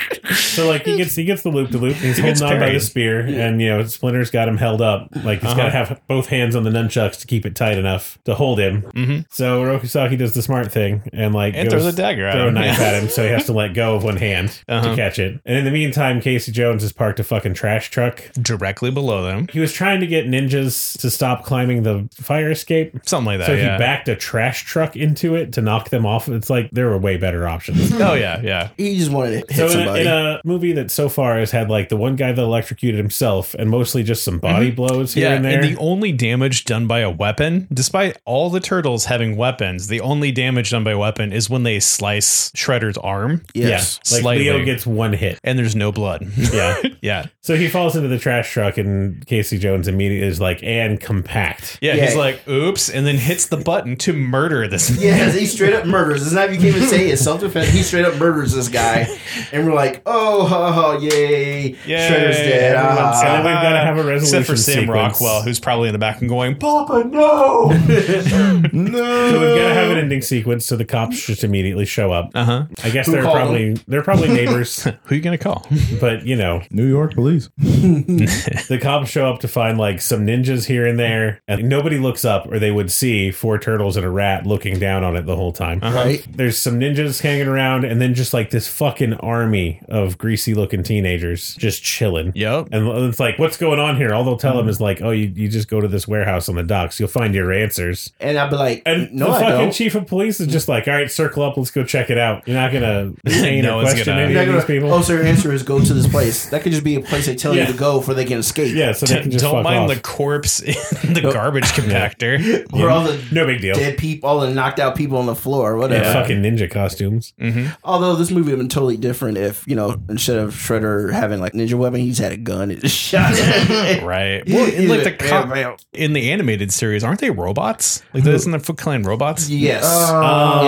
[SPEAKER 3] So like he gets he gets the loop to loop. He's
[SPEAKER 1] gets
[SPEAKER 3] holding on by the
[SPEAKER 1] parried. Uh-huh.
[SPEAKER 3] spear, and you know Splinter's got him held up. Like he's got to have both hands on the nunchucks to keep it tight enough to hold him. Mm-hmm. So Rokusaki does the smart thing and like
[SPEAKER 1] And throws a dagger at
[SPEAKER 3] throw a
[SPEAKER 1] him.
[SPEAKER 3] knife
[SPEAKER 1] Yeah.
[SPEAKER 3] at him, so he has to let go of one hand to
[SPEAKER 1] Uh-huh.
[SPEAKER 3] catch it. And in the meantime, Casey Jones has parked a fucking trash truck.
[SPEAKER 1] Directly below them.
[SPEAKER 3] He was trying to get ninjas to stop climbing the fire escape.
[SPEAKER 1] Something like that.
[SPEAKER 3] So he
[SPEAKER 1] Uh, yeah.
[SPEAKER 3] backed a trash truck into it to knock them off. It's like there were way better options.
[SPEAKER 1] oh yeah, yeah.
[SPEAKER 2] he just wanted to hit
[SPEAKER 3] So in a,
[SPEAKER 2] somebody.
[SPEAKER 3] in a movie that so far has had like the one guy that electrocuted himself and mostly just some body blows here
[SPEAKER 1] Mm-hmm. yeah,
[SPEAKER 3] and there.
[SPEAKER 1] the only damage done by a weapon, despite all the turtles having weapons, the only damage done by a weapon is when they slice Shredder's arm.
[SPEAKER 2] yes.
[SPEAKER 3] yeah, like
[SPEAKER 1] Slightly.
[SPEAKER 3] Leo gets one hit.
[SPEAKER 1] And there's no blood.
[SPEAKER 3] Yeah.
[SPEAKER 1] yeah.
[SPEAKER 3] so he falls into the trash truck and Casey Jones immediately is like, and compact.
[SPEAKER 1] Yeah.
[SPEAKER 2] Yeah.
[SPEAKER 1] He's like, oops, and then hits the button to murder this.
[SPEAKER 2] Yes, he straight up murders. It's not you can't even say it's self defense. He straight up murders this guy, and we're like, oh, ho, ho, yay, Shredder's dead.
[SPEAKER 1] everyone's-
[SPEAKER 2] ah.
[SPEAKER 3] And then we've got to have a resolution
[SPEAKER 1] Except for Sam
[SPEAKER 3] sequence.
[SPEAKER 1] Rockwell, who's probably in the back and going, Papa,
[SPEAKER 3] So we've got to have an ending sequence, so the cops just immediately show up.
[SPEAKER 1] Uh huh.
[SPEAKER 3] I guess
[SPEAKER 2] Who
[SPEAKER 3] they're
[SPEAKER 2] called
[SPEAKER 3] probably they're probably neighbors,
[SPEAKER 1] Who you going to call?
[SPEAKER 3] but you know
[SPEAKER 5] New York police.
[SPEAKER 3] the cops show up to find like some ninjas here and there, and nobody looks up, or they would see four turtles and a rat looking down on it the whole time.
[SPEAKER 1] Uh-huh.
[SPEAKER 2] right.
[SPEAKER 3] There's some ninjas hanging around, and then just like this fucking army of greasy looking teenagers just chilling.
[SPEAKER 1] Yep.
[SPEAKER 3] And it's like, what's going on here? All they'll tell them is like, oh, you, you just go to this warehouse on the docks. You'll find your answers.
[SPEAKER 2] And I'd be like,
[SPEAKER 3] And
[SPEAKER 2] no,
[SPEAKER 3] the
[SPEAKER 2] I
[SPEAKER 3] fucking
[SPEAKER 2] don't.
[SPEAKER 3] chief of police is just like, all right, circle up. Let's go check it out. You're not going to detain
[SPEAKER 1] No
[SPEAKER 3] or
[SPEAKER 1] one's
[SPEAKER 3] question
[SPEAKER 1] gonna-
[SPEAKER 3] any
[SPEAKER 2] You're
[SPEAKER 3] of
[SPEAKER 2] not
[SPEAKER 3] these
[SPEAKER 2] gonna-
[SPEAKER 3] people.
[SPEAKER 2] Oh, so your answer is go to this place. That could just be a place they tell
[SPEAKER 3] Yeah.
[SPEAKER 2] you to go for they can escape.
[SPEAKER 3] yeah, so they can just
[SPEAKER 1] Don't
[SPEAKER 3] fuck
[SPEAKER 1] mind
[SPEAKER 3] off.
[SPEAKER 1] the corpse in the garbage compactor.
[SPEAKER 2] Where all the
[SPEAKER 3] no big deal.
[SPEAKER 2] dead people, all the knocked out people on the floor, or whatever.
[SPEAKER 3] Yeah. Fucking ninja costumes.
[SPEAKER 1] Mm,
[SPEAKER 2] Although this movie would have been totally different if, you know, instead of Shredder having like ninja weapon, he's had a gun and just shot it.
[SPEAKER 1] Right. Well, in like the
[SPEAKER 2] Yeah, yeah.
[SPEAKER 1] co- in the animated series, aren't they robots? Like those in the Foot Clan robots?
[SPEAKER 2] Yes.
[SPEAKER 3] Uh,
[SPEAKER 5] yes,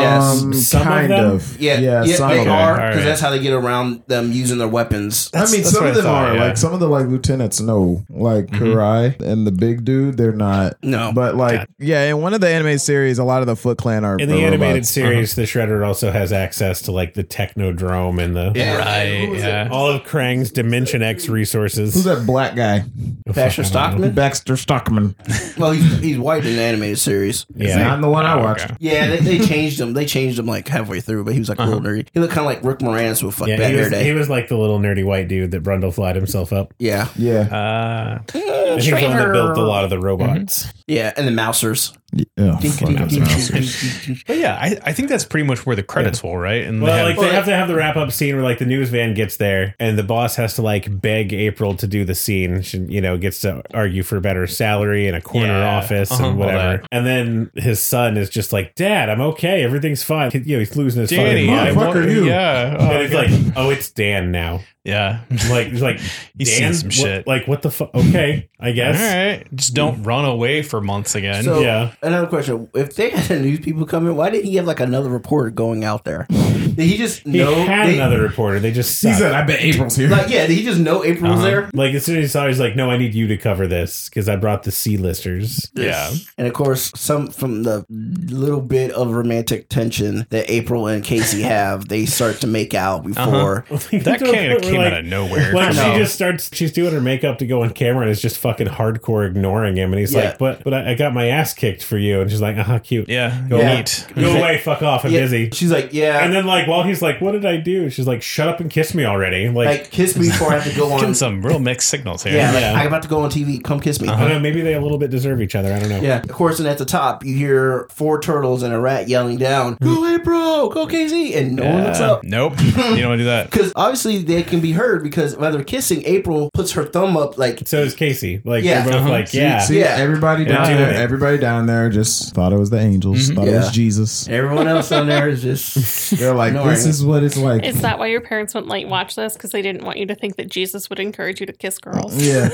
[SPEAKER 2] yes.
[SPEAKER 3] Some of
[SPEAKER 5] Um, kind
[SPEAKER 3] them?
[SPEAKER 5] of.
[SPEAKER 2] yeah, yeah,
[SPEAKER 5] yeah, some
[SPEAKER 2] they
[SPEAKER 5] of them.
[SPEAKER 2] are
[SPEAKER 1] All
[SPEAKER 2] because
[SPEAKER 1] right.
[SPEAKER 2] that's how they get around them using their weapons.
[SPEAKER 5] I mean,
[SPEAKER 1] that's
[SPEAKER 5] some
[SPEAKER 1] what
[SPEAKER 5] of
[SPEAKER 1] I
[SPEAKER 5] them
[SPEAKER 1] thought,
[SPEAKER 5] are
[SPEAKER 1] yeah.
[SPEAKER 5] like some of the like lieutenants. No, like Karai and the big dude. They're not.
[SPEAKER 2] No.
[SPEAKER 5] but like yeah, in one of the anime series, a lot of the Foot Clan are
[SPEAKER 3] In the
[SPEAKER 5] are
[SPEAKER 3] animated
[SPEAKER 1] Uh-huh.
[SPEAKER 5] robots.
[SPEAKER 3] series, the Shredder also has access to like the Technodrome and the
[SPEAKER 2] Yeah.
[SPEAKER 1] Right. Yeah.
[SPEAKER 3] all of Krang's Dimension X resources.
[SPEAKER 5] Who's that black guy?
[SPEAKER 2] Baxter Stockman.
[SPEAKER 5] Baxter Stockman.
[SPEAKER 2] Well, he's, he's white in the animated series.
[SPEAKER 3] Yeah.
[SPEAKER 5] Not the one I watched.
[SPEAKER 2] Yeah, they, they changed him. They changed him like halfway through, but he was like a little nerdy. He looked kind of like Rick Moranis with fuck
[SPEAKER 3] Uh-huh. Yeah,
[SPEAKER 2] bad
[SPEAKER 3] he,
[SPEAKER 2] hair
[SPEAKER 3] was, he
[SPEAKER 2] day.
[SPEAKER 3] was like the little nerdy white dude that Brundle flied himself up.
[SPEAKER 2] Yeah,
[SPEAKER 5] Yeah.
[SPEAKER 3] Oh.
[SPEAKER 1] Uh,
[SPEAKER 3] And he was the one that built a lot of the robots.
[SPEAKER 1] Mm-hmm.
[SPEAKER 2] yeah, and the Mousers.
[SPEAKER 5] Oh, fuck, I'm sorry.
[SPEAKER 2] Well,
[SPEAKER 1] but yeah, I, I think that's pretty much where the credits will, right? And
[SPEAKER 3] Well,
[SPEAKER 1] they
[SPEAKER 3] like
[SPEAKER 1] have-
[SPEAKER 3] they have to have the wrap up scene where like the news van gets there and the boss has to like beg April to do the scene. She, you know, gets to argue for better salary and a corner
[SPEAKER 1] Yeah.
[SPEAKER 3] office
[SPEAKER 1] Uh-huh, all
[SPEAKER 3] and whatever.
[SPEAKER 1] that.
[SPEAKER 3] And then his son is just like, "Dad, I'm okay. Everything's fine." You know, he's losing his
[SPEAKER 1] Danny,
[SPEAKER 3] fucking
[SPEAKER 1] I
[SPEAKER 3] mind.
[SPEAKER 5] Fuck
[SPEAKER 1] wonder-
[SPEAKER 5] are you?
[SPEAKER 1] Yeah. Oh,
[SPEAKER 3] and it's
[SPEAKER 1] God.
[SPEAKER 3] like, "Oh, it's Dan now."
[SPEAKER 1] yeah.
[SPEAKER 3] Like, he's like,
[SPEAKER 1] He's
[SPEAKER 3] Dan,
[SPEAKER 1] seen some
[SPEAKER 3] What-
[SPEAKER 1] shit.
[SPEAKER 3] Like, what the fuck? Okay, I guess.
[SPEAKER 1] All right. Just don't run away for months again.
[SPEAKER 2] So
[SPEAKER 3] yeah.
[SPEAKER 2] another question: If they had news people coming, why did he have like another reporter going out there? Did he just
[SPEAKER 3] He
[SPEAKER 2] know?
[SPEAKER 3] had
[SPEAKER 2] they-
[SPEAKER 3] another reporter. They just
[SPEAKER 5] He
[SPEAKER 3] suck.
[SPEAKER 5] said, "I bet April's here."
[SPEAKER 2] Like, yeah, did he just know April
[SPEAKER 3] Uh-huh.
[SPEAKER 2] was there?
[SPEAKER 3] like as soon as he saw, it, he's like, "No, I need you to cover this because I brought the C listers."
[SPEAKER 1] yeah.
[SPEAKER 2] And of course, some from the little bit of
[SPEAKER 3] Uh-huh.
[SPEAKER 2] romantic tension that April and Casey have, they start to make out before.
[SPEAKER 1] That can't- can't came
[SPEAKER 3] like-
[SPEAKER 1] out of nowhere.
[SPEAKER 3] Like
[SPEAKER 1] for
[SPEAKER 3] she
[SPEAKER 1] me.
[SPEAKER 3] just starts, she's doing her makeup to go on camera, and is just fucking hardcore ignoring him. And he's
[SPEAKER 2] Yeah.
[SPEAKER 3] like, "But, but I, I got my ass kicked for you." And she's like, "Uh huh, cute.
[SPEAKER 1] yeah,
[SPEAKER 3] go
[SPEAKER 2] Yeah.
[SPEAKER 1] neat.
[SPEAKER 3] Go away, fuck off. I'm
[SPEAKER 2] Yeah.
[SPEAKER 3] busy."
[SPEAKER 2] She's like, yeah.
[SPEAKER 3] And then like while he's like, "What did I do?" She's like, "Shut up and kiss me already." Like,
[SPEAKER 2] like, kiss me before I have to go on.
[SPEAKER 1] Getting some real mixed signals here.
[SPEAKER 2] yeah, like,
[SPEAKER 3] Yeah.
[SPEAKER 2] I'm about to go on TV. Come kiss me.
[SPEAKER 3] I
[SPEAKER 1] Uh-huh.
[SPEAKER 3] don't know. Maybe they a little bit deserve each other. I don't know.
[SPEAKER 2] Yeah, of course. And at the top, you hear four turtles and a rat yelling down,
[SPEAKER 1] Mm-hmm.
[SPEAKER 2] "Go, hey, bro! Go, KZ!" And no one looks
[SPEAKER 1] Uh,
[SPEAKER 2] up.
[SPEAKER 1] Nope. you don't want to do that.
[SPEAKER 2] Because obviously they can be heard because while they're kissing, April puts her thumb up like
[SPEAKER 3] So is Casey. Like
[SPEAKER 2] Yeah.
[SPEAKER 3] they're both
[SPEAKER 1] Uh-huh.
[SPEAKER 3] like,
[SPEAKER 5] See-
[SPEAKER 3] "Yeah."
[SPEAKER 5] See,
[SPEAKER 2] Yeah.
[SPEAKER 5] everybody down
[SPEAKER 3] Yeah.
[SPEAKER 5] there, everybody down there just thought it was the angels, thought it
[SPEAKER 2] Yeah.
[SPEAKER 5] was Jesus.
[SPEAKER 2] everyone else on there is just
[SPEAKER 5] They're like,
[SPEAKER 2] Ignoring
[SPEAKER 5] this is what it's like.
[SPEAKER 4] Is that why your parents wouldn't let you watch this? Because they didn't want you to think that Jesus would encourage you to kiss girls.
[SPEAKER 5] yeah,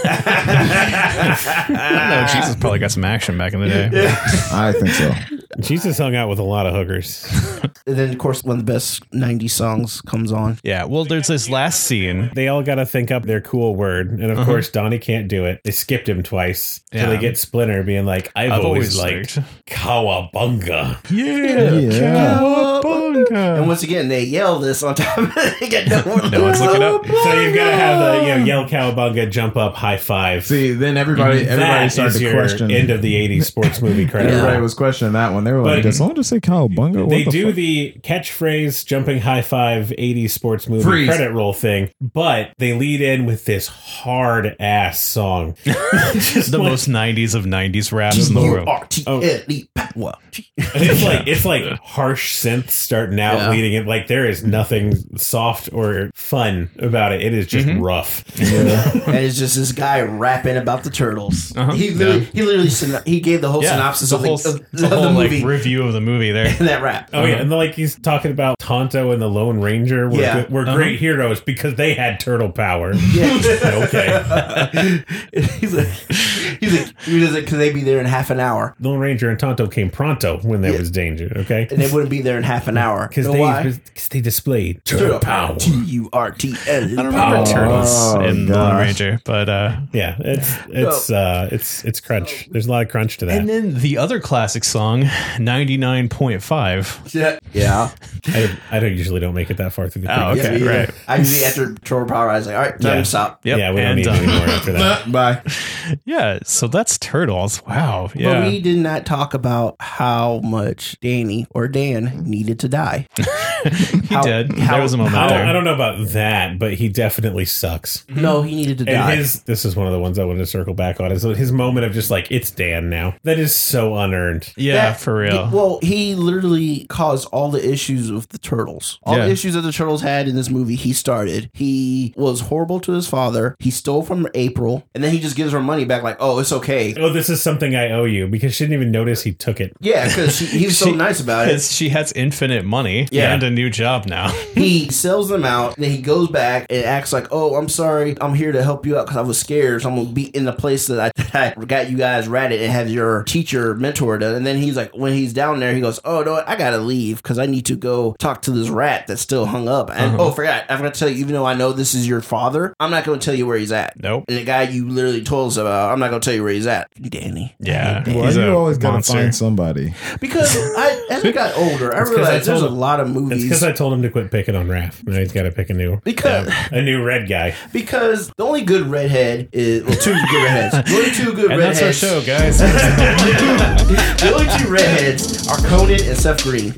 [SPEAKER 1] I don't know. Jesus probably got some action back in the day.
[SPEAKER 5] I think so.
[SPEAKER 3] Jesus hung out with a lot of hookers.
[SPEAKER 2] And then, of course, one of the best 90s songs comes on.
[SPEAKER 1] Yeah. Well, there's this last scene.
[SPEAKER 3] They all got to think up their cool word, and of course Donnie can't do it. They skipped him twice, so
[SPEAKER 1] Uh-huh. Yeah.
[SPEAKER 3] they get Splinter being like, "I've,
[SPEAKER 1] I've always
[SPEAKER 3] always, liked
[SPEAKER 1] liked.
[SPEAKER 3] Kawabunga."
[SPEAKER 1] Yeah.
[SPEAKER 5] Yeah.
[SPEAKER 2] And once again, they yell this on top of it. They get no one
[SPEAKER 1] No one's looking up.
[SPEAKER 3] So you've got to have the you know yell cowabunga, jump up, high five.
[SPEAKER 5] See, then everybody, everybody
[SPEAKER 3] That
[SPEAKER 5] started
[SPEAKER 3] is
[SPEAKER 5] to
[SPEAKER 3] your
[SPEAKER 5] question.
[SPEAKER 3] end of the '80s sports movie credit.
[SPEAKER 5] Everybody
[SPEAKER 3] roll.
[SPEAKER 5] was questioning that one. They were like,
[SPEAKER 3] But-
[SPEAKER 5] "Did someone just say cowabunga?" What
[SPEAKER 3] They
[SPEAKER 5] the
[SPEAKER 3] do
[SPEAKER 5] fuck?
[SPEAKER 3] the catchphrase jumping high five 80s sports movie
[SPEAKER 5] Freeze.
[SPEAKER 3] credit roll thing, but they lead in with this hard ass song. Just
[SPEAKER 1] The
[SPEAKER 3] like-
[SPEAKER 1] most 90s of 90s raps in the world. Oh.
[SPEAKER 2] U-R-T-L-E power.
[SPEAKER 3] it's like it's like harsh synths starting out
[SPEAKER 2] Yeah.
[SPEAKER 3] leading it like there is nothing soft or fun about it. It is just rough.
[SPEAKER 2] and it's just this guy rapping about the turtles. He literally, he literally, syn- he gave the whole synopsis
[SPEAKER 1] Uh-huh. the
[SPEAKER 2] of,
[SPEAKER 1] whole,
[SPEAKER 2] the, of,
[SPEAKER 1] the
[SPEAKER 2] of
[SPEAKER 1] whole
[SPEAKER 2] the
[SPEAKER 1] like
[SPEAKER 2] movie
[SPEAKER 1] review of the movie there.
[SPEAKER 2] in that rap.
[SPEAKER 3] Oh yeah, and then, like he's talking about Tonto and the Lone Ranger were,
[SPEAKER 2] Yeah.
[SPEAKER 3] were great heroes because they had turtle power.
[SPEAKER 2] Yeah.
[SPEAKER 3] okay.
[SPEAKER 2] he's like, he's like, he was like, could they be there in half an hour?
[SPEAKER 3] Lone Ranger and Tonto came pronto when there
[SPEAKER 2] Yeah.
[SPEAKER 3] was danger. Okay,
[SPEAKER 2] And they wouldn't be there in half an hour.
[SPEAKER 3] because
[SPEAKER 2] You know
[SPEAKER 3] they
[SPEAKER 2] why?
[SPEAKER 3] because they displayed turtle power.
[SPEAKER 2] T U R T L.
[SPEAKER 1] I don't remember
[SPEAKER 2] Oh,
[SPEAKER 1] Turtles in The Lone
[SPEAKER 5] gosh.
[SPEAKER 1] Ranger, but uh,
[SPEAKER 3] Yeah, it's it's uh it's it's crunch. There's a lot of crunch to
[SPEAKER 1] and
[SPEAKER 3] that.
[SPEAKER 1] then the other classic song, 99.5.
[SPEAKER 2] Yeah. yeah.
[SPEAKER 3] I, I don't usually don't make it that far through the.
[SPEAKER 1] Oh,
[SPEAKER 3] thing.
[SPEAKER 1] okay,
[SPEAKER 2] yeah, yeah.
[SPEAKER 1] right.
[SPEAKER 2] I usually after Turtle Power, I was like, all right, time
[SPEAKER 3] Yeah.
[SPEAKER 2] to stop.
[SPEAKER 1] Yep.
[SPEAKER 3] Yeah, we don't
[SPEAKER 1] and,
[SPEAKER 3] need
[SPEAKER 1] uh,
[SPEAKER 3] anymore after that.
[SPEAKER 5] Bye.
[SPEAKER 1] Yeah, so that's Turtles. Wow. Yeah.
[SPEAKER 2] But we did not talk about how much Danny or Dan needed to die.
[SPEAKER 1] he
[SPEAKER 2] how-
[SPEAKER 1] did.
[SPEAKER 2] how-
[SPEAKER 1] there was a moment
[SPEAKER 3] I don't,
[SPEAKER 1] there.
[SPEAKER 3] I don't know about that, but he definitely sucks.
[SPEAKER 2] No, he needed to die.
[SPEAKER 3] And his this is one of the ones I wanted to circle back on is his moment of just like it's Dan now. That is so unearned.
[SPEAKER 1] yeah,
[SPEAKER 2] That-
[SPEAKER 1] for real.
[SPEAKER 2] Well, he literally caused all the issues with the turtles. All
[SPEAKER 1] Yeah.
[SPEAKER 2] the issues that the turtles had in this movie, he started. He was horrible to his father. He stole from April, and then he just gives her money back. Like, oh, it's okay.
[SPEAKER 3] Oh, this is something I owe you because she didn't even notice he took it.
[SPEAKER 2] Yeah, because he was so
[SPEAKER 1] She-
[SPEAKER 2] nice about it.
[SPEAKER 1] Because she has infinite money
[SPEAKER 2] Yeah.
[SPEAKER 1] and a new job now.
[SPEAKER 2] He sells them out, and then he goes back and acts like, "Oh, I'm sorry. I'm here to help you out because I was scared. So I'm gonna be in the place that I, that I got you guys ratted and have your teacher mentor." done." And then he's like, when he's down there, he goes, "Oh no, I gotta leave because I need to go talk to this rat that's still hung up." And
[SPEAKER 3] Uh-huh.
[SPEAKER 2] oh, forgot, I forgot to tell you. Even though I know this is your father, I'm not gonna tell you where he's at.
[SPEAKER 1] Nope.
[SPEAKER 2] And the guy you literally told us about, I'm not gonna tell you where he's at, Danny.
[SPEAKER 1] Yeah.
[SPEAKER 5] Why
[SPEAKER 1] he's
[SPEAKER 5] you
[SPEAKER 1] a
[SPEAKER 5] always gotta
[SPEAKER 1] monster.
[SPEAKER 5] find somebody?
[SPEAKER 2] Because I, as we got older, I
[SPEAKER 3] 'cause I
[SPEAKER 2] realized there's a
[SPEAKER 3] told him-
[SPEAKER 2] lot of
[SPEAKER 3] It's because
[SPEAKER 2] movies.
[SPEAKER 3] I told him to quit picking on Raph. Now he's got to pick a new
[SPEAKER 2] Because
[SPEAKER 3] a new red guy.
[SPEAKER 2] Because the only good redhead is well, two good redheads. The only two good
[SPEAKER 1] And that's our
[SPEAKER 2] redheads.
[SPEAKER 1] show, guys.
[SPEAKER 2] The only two redheads are Conan and Seth Green.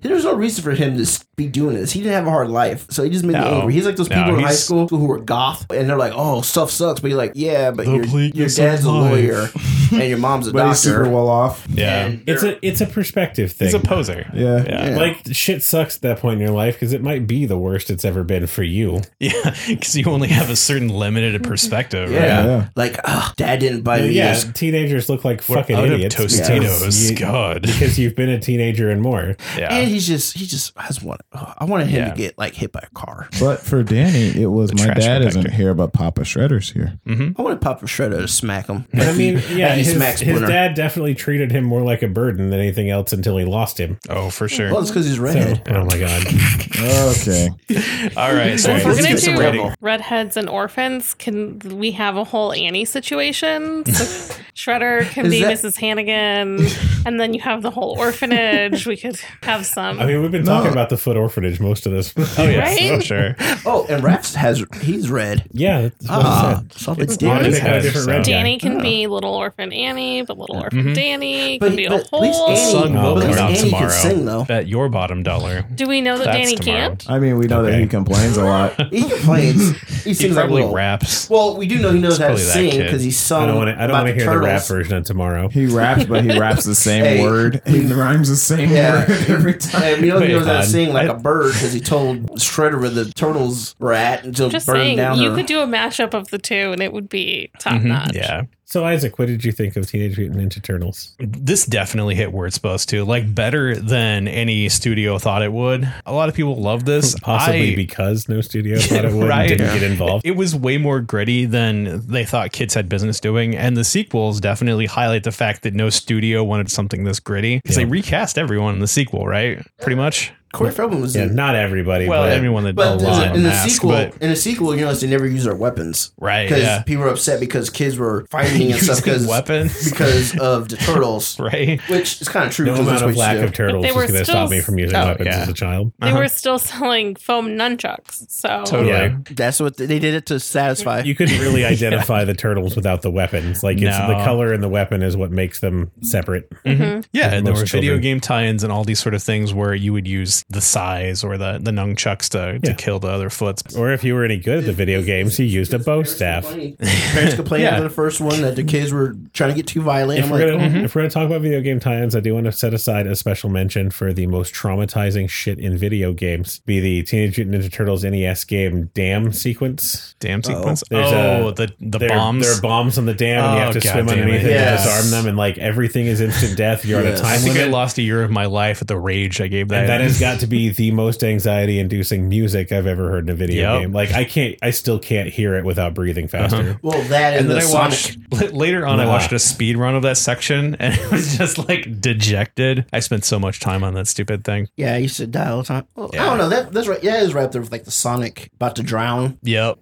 [SPEAKER 2] There's no reason for him to s- be doing this. He didn't have a hard life, so he just made me
[SPEAKER 1] No.
[SPEAKER 2] angry. He's like those
[SPEAKER 1] No,
[SPEAKER 2] people in high
[SPEAKER 1] he's-
[SPEAKER 2] school who were goth, and they're like, "Oh, stuff sucks," but you're like, "Yeah, but your, your
[SPEAKER 1] bleakness
[SPEAKER 2] dad's a
[SPEAKER 1] of life."
[SPEAKER 2] lawyer and your mom's a
[SPEAKER 5] But he's super
[SPEAKER 2] doctor."
[SPEAKER 5] well off.
[SPEAKER 1] yeah.
[SPEAKER 2] And
[SPEAKER 3] It's
[SPEAKER 2] they're-
[SPEAKER 3] a it's a perspective thing.
[SPEAKER 1] He's a poser.
[SPEAKER 5] Yeah.
[SPEAKER 1] Yeah.
[SPEAKER 3] like shit sucks at that point in your life because it might be the worst it's ever been for you.
[SPEAKER 1] Yeah. Because you only have a certain limited perspective.
[SPEAKER 2] yeah.
[SPEAKER 1] Right?
[SPEAKER 5] Yeah.
[SPEAKER 2] Like, "Ugh, dad didn't buy me
[SPEAKER 3] yeah,
[SPEAKER 2] this
[SPEAKER 3] teenagers look like fucking
[SPEAKER 1] out
[SPEAKER 3] idiots.
[SPEAKER 1] of
[SPEAKER 3] because
[SPEAKER 1] Tostitos.
[SPEAKER 3] you-
[SPEAKER 1] God.
[SPEAKER 3] because you've been a teenager and more.
[SPEAKER 1] Yeah.
[SPEAKER 2] And he's just, he just has one. ugh, I wanted him
[SPEAKER 1] Yeah.
[SPEAKER 2] to get like hit by a car.
[SPEAKER 5] But for Danny, it was my
[SPEAKER 1] trash
[SPEAKER 5] dad isn't
[SPEAKER 1] compactor.
[SPEAKER 5] here, but Papa Shredder's here.
[SPEAKER 1] Hmm?
[SPEAKER 2] I wanted Papa Shredder to smack him.
[SPEAKER 3] But I mean, yeah,
[SPEAKER 2] he
[SPEAKER 3] his,
[SPEAKER 2] smacks
[SPEAKER 3] his
[SPEAKER 2] Splinter.
[SPEAKER 3] dad definitely treated him more like a burden than anything else until he lost him.
[SPEAKER 1] Oh, for sure.
[SPEAKER 2] Well, it's because he's redhead.
[SPEAKER 3] Oh my god.
[SPEAKER 5] Mm. Okay.
[SPEAKER 1] All right. So let's
[SPEAKER 4] If we're gonna
[SPEAKER 1] get some
[SPEAKER 4] do
[SPEAKER 1] rating.
[SPEAKER 4] redheads and orphans, can we have a whole Annie situation? So Shredder can
[SPEAKER 2] Is
[SPEAKER 4] be
[SPEAKER 2] that-
[SPEAKER 4] Mrs. Hannigan, and then you have the whole orphanage. we could have some.
[SPEAKER 3] I mean, we've been
[SPEAKER 5] No.
[SPEAKER 3] talking about the foot orphanage most of this.
[SPEAKER 1] Oh yeah,
[SPEAKER 4] Right?
[SPEAKER 1] oh, sure.
[SPEAKER 2] Oh, and Raps has he's red.
[SPEAKER 3] yeah, that's what I
[SPEAKER 2] Ah,
[SPEAKER 3] said.
[SPEAKER 2] something
[SPEAKER 3] It's
[SPEAKER 2] different.
[SPEAKER 3] on his
[SPEAKER 1] Different
[SPEAKER 3] head, different
[SPEAKER 1] head,
[SPEAKER 3] red
[SPEAKER 1] so.
[SPEAKER 3] guy.
[SPEAKER 4] Danny can be little orphan Annie, but little orphan
[SPEAKER 1] Mm-hmm.
[SPEAKER 4] Danny
[SPEAKER 2] Oh. But-
[SPEAKER 4] can be a
[SPEAKER 2] but at least
[SPEAKER 4] whole.
[SPEAKER 2] Annie-
[SPEAKER 1] Sun will
[SPEAKER 3] but
[SPEAKER 1] come
[SPEAKER 3] at
[SPEAKER 1] out
[SPEAKER 2] least Annie
[SPEAKER 1] tomorrow.
[SPEAKER 2] can sing, though.
[SPEAKER 1] Bet your bottom dollar.
[SPEAKER 4] Do we know that
[SPEAKER 1] That's
[SPEAKER 4] Danny
[SPEAKER 1] tomorrow.
[SPEAKER 4] can't?
[SPEAKER 5] I mean, we know that
[SPEAKER 3] Okay.
[SPEAKER 5] he complains a lot.
[SPEAKER 2] He complains. He
[SPEAKER 1] He
[SPEAKER 2] sings like a
[SPEAKER 1] probably
[SPEAKER 2] little-
[SPEAKER 1] raps.
[SPEAKER 2] Well, we do know he knows how to
[SPEAKER 1] probably that
[SPEAKER 2] sing
[SPEAKER 1] kid.
[SPEAKER 2] because he sung.
[SPEAKER 3] I don't want to. I don't
[SPEAKER 2] about
[SPEAKER 3] want to hear the rap
[SPEAKER 2] turtles.
[SPEAKER 3] version of tomorrow.
[SPEAKER 5] He raps, but he raps the same
[SPEAKER 2] Hey.
[SPEAKER 5] word. He rhymes the same
[SPEAKER 2] Yeah.
[SPEAKER 5] word every time.
[SPEAKER 2] And we know
[SPEAKER 1] Wait,
[SPEAKER 2] he knows how to
[SPEAKER 1] hon.
[SPEAKER 2] sing like a bird because he told Shredder where the turtles were at until
[SPEAKER 4] Just
[SPEAKER 2] burned
[SPEAKER 4] saying,
[SPEAKER 2] down.
[SPEAKER 4] you
[SPEAKER 2] her-
[SPEAKER 4] could do a mashup of the two, and it would be top notch.
[SPEAKER 1] Mm-hmm. Yeah,
[SPEAKER 3] So Isaac, what did you think of Teenage Mutant Ninja Turtles?
[SPEAKER 1] this definitely hit where it's supposed to. Like better than any studio thought it would. A lot of people love this.
[SPEAKER 3] Possibly
[SPEAKER 1] I-
[SPEAKER 3] because no studio thought it would and
[SPEAKER 1] Right.
[SPEAKER 3] didn't
[SPEAKER 1] Yeah.
[SPEAKER 3] get involved.
[SPEAKER 1] It was way more gritty than they thought kids had business doing. And the sequels definitely highlight the fact that no studio wanted something this gritty. Because they recast everyone in the sequel, right? Pretty much.
[SPEAKER 2] Corey Feldman was
[SPEAKER 3] Yeah,
[SPEAKER 2] in.
[SPEAKER 3] not everybody.
[SPEAKER 1] Well,
[SPEAKER 3] but
[SPEAKER 1] everyone that
[SPEAKER 2] But
[SPEAKER 1] a lot
[SPEAKER 2] in,
[SPEAKER 1] of
[SPEAKER 2] the- in the
[SPEAKER 1] masks,
[SPEAKER 2] sequel,
[SPEAKER 1] but-
[SPEAKER 2] in the sequel, you notice they never used their weapons,
[SPEAKER 1] Right,
[SPEAKER 2] Because
[SPEAKER 1] yeah.
[SPEAKER 2] people were upset because kids were fighting and stuff
[SPEAKER 1] Using
[SPEAKER 2] because
[SPEAKER 1] weapons,
[SPEAKER 2] because of the turtles,
[SPEAKER 1] right?
[SPEAKER 2] which is kind of true.
[SPEAKER 3] no
[SPEAKER 2] 'cause that's
[SPEAKER 3] amount
[SPEAKER 2] what
[SPEAKER 3] of
[SPEAKER 2] you
[SPEAKER 3] lack
[SPEAKER 2] do.
[SPEAKER 3] of turtles
[SPEAKER 4] they
[SPEAKER 3] is
[SPEAKER 4] were
[SPEAKER 3] going to
[SPEAKER 4] still-
[SPEAKER 3] stop me from using
[SPEAKER 1] Oh,
[SPEAKER 3] weapons
[SPEAKER 1] yeah.
[SPEAKER 3] as a child.
[SPEAKER 4] They were still selling foam nunchucks, so
[SPEAKER 1] Uh-huh. Totally.
[SPEAKER 3] Yeah.
[SPEAKER 2] That's what they did it to satisfy.
[SPEAKER 3] You couldn't really identify the turtles without the weapons. Like it's
[SPEAKER 1] No.
[SPEAKER 3] the color and the weapon is what makes them separate.
[SPEAKER 1] Yeah, and there were
[SPEAKER 3] most
[SPEAKER 1] video
[SPEAKER 3] children.
[SPEAKER 1] game tie-ins and all these sort of things where you would use the size or the the nunchucks to, to
[SPEAKER 3] Yeah.
[SPEAKER 1] kill the other foots.
[SPEAKER 3] Or if you were any good at the video games, you used a bow staff.
[SPEAKER 2] Parents complained
[SPEAKER 1] Yeah.
[SPEAKER 2] after the first one that the kids were trying to get too violent.
[SPEAKER 3] If
[SPEAKER 2] I'm
[SPEAKER 3] we're,
[SPEAKER 2] like, "Mm-hmm."
[SPEAKER 3] gonna, if we're gonna talk about video game tie-ins, I do want to set aside a special mention for the most traumatizing shit in video games. Be the Teenage Mutant Ninja Turtles NES game "Damn" sequence.
[SPEAKER 1] Damn sequence.
[SPEAKER 3] There's a-
[SPEAKER 1] oh, the the
[SPEAKER 3] there,
[SPEAKER 1] bombs.
[SPEAKER 3] There are bombs on the dam, and you
[SPEAKER 1] Oh,
[SPEAKER 3] have to
[SPEAKER 1] God
[SPEAKER 3] swim
[SPEAKER 1] damn it.
[SPEAKER 3] underneath it
[SPEAKER 2] Yes.
[SPEAKER 3] and disarm them, and like everything is instant death. You're
[SPEAKER 2] Yes.
[SPEAKER 3] on a
[SPEAKER 1] I
[SPEAKER 3] time
[SPEAKER 1] think I
[SPEAKER 3] limit.
[SPEAKER 1] lost a year of my life at the rage I gave that.
[SPEAKER 3] And that has got to be the most anxiety-inducing music I've ever heard in a video
[SPEAKER 1] Yep. Uh-huh.
[SPEAKER 3] game. Like I can't, I still can't hear it without breathing faster.
[SPEAKER 2] "Oh, well, that and,
[SPEAKER 1] and then
[SPEAKER 2] the
[SPEAKER 1] I
[SPEAKER 2] Sonic.
[SPEAKER 1] watched la- later on. I
[SPEAKER 3] Nah.
[SPEAKER 1] watched a speed run of that section, and it was just like dejected. I spent so much time on that stupid thing.
[SPEAKER 2] Yeah, I used to die all the time. Well,
[SPEAKER 1] Yeah.
[SPEAKER 2] I don't know. That that's right. Yeah, it's right up there with like the Sonic about to drown.
[SPEAKER 1] Yep.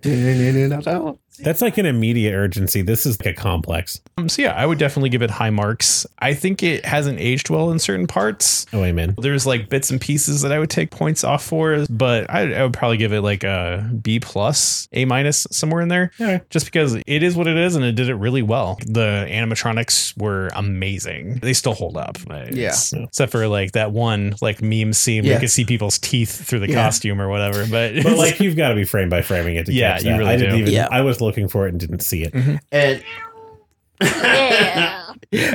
[SPEAKER 3] That's like an immediate urgency. This is like a complex.
[SPEAKER 1] Um, so yeah, I would definitely give it high marks. I think it hasn't aged well in certain parts.
[SPEAKER 3] Oh, amen.
[SPEAKER 1] There's like bits and pieces that I would take points off for, but I, I would probably give it like a B plus, A minus, somewhere in there.
[SPEAKER 3] Yeah.
[SPEAKER 1] Just because it is what it is, and it did it really well. The animatronics were amazing. They still hold up. It's- Except for like that one like meme scene, where
[SPEAKER 2] Yeah.
[SPEAKER 1] you can see people's teeth through the
[SPEAKER 2] Yeah.
[SPEAKER 1] costume or whatever. But,
[SPEAKER 3] But like you've got to be frame by framing it to
[SPEAKER 1] Yeah,
[SPEAKER 3] catch
[SPEAKER 1] you
[SPEAKER 3] that.
[SPEAKER 1] really
[SPEAKER 3] I didn't
[SPEAKER 1] do.
[SPEAKER 3] even.
[SPEAKER 2] Yeah.
[SPEAKER 3] I was looking for it and didn't see it.
[SPEAKER 2] And
[SPEAKER 4] yeah.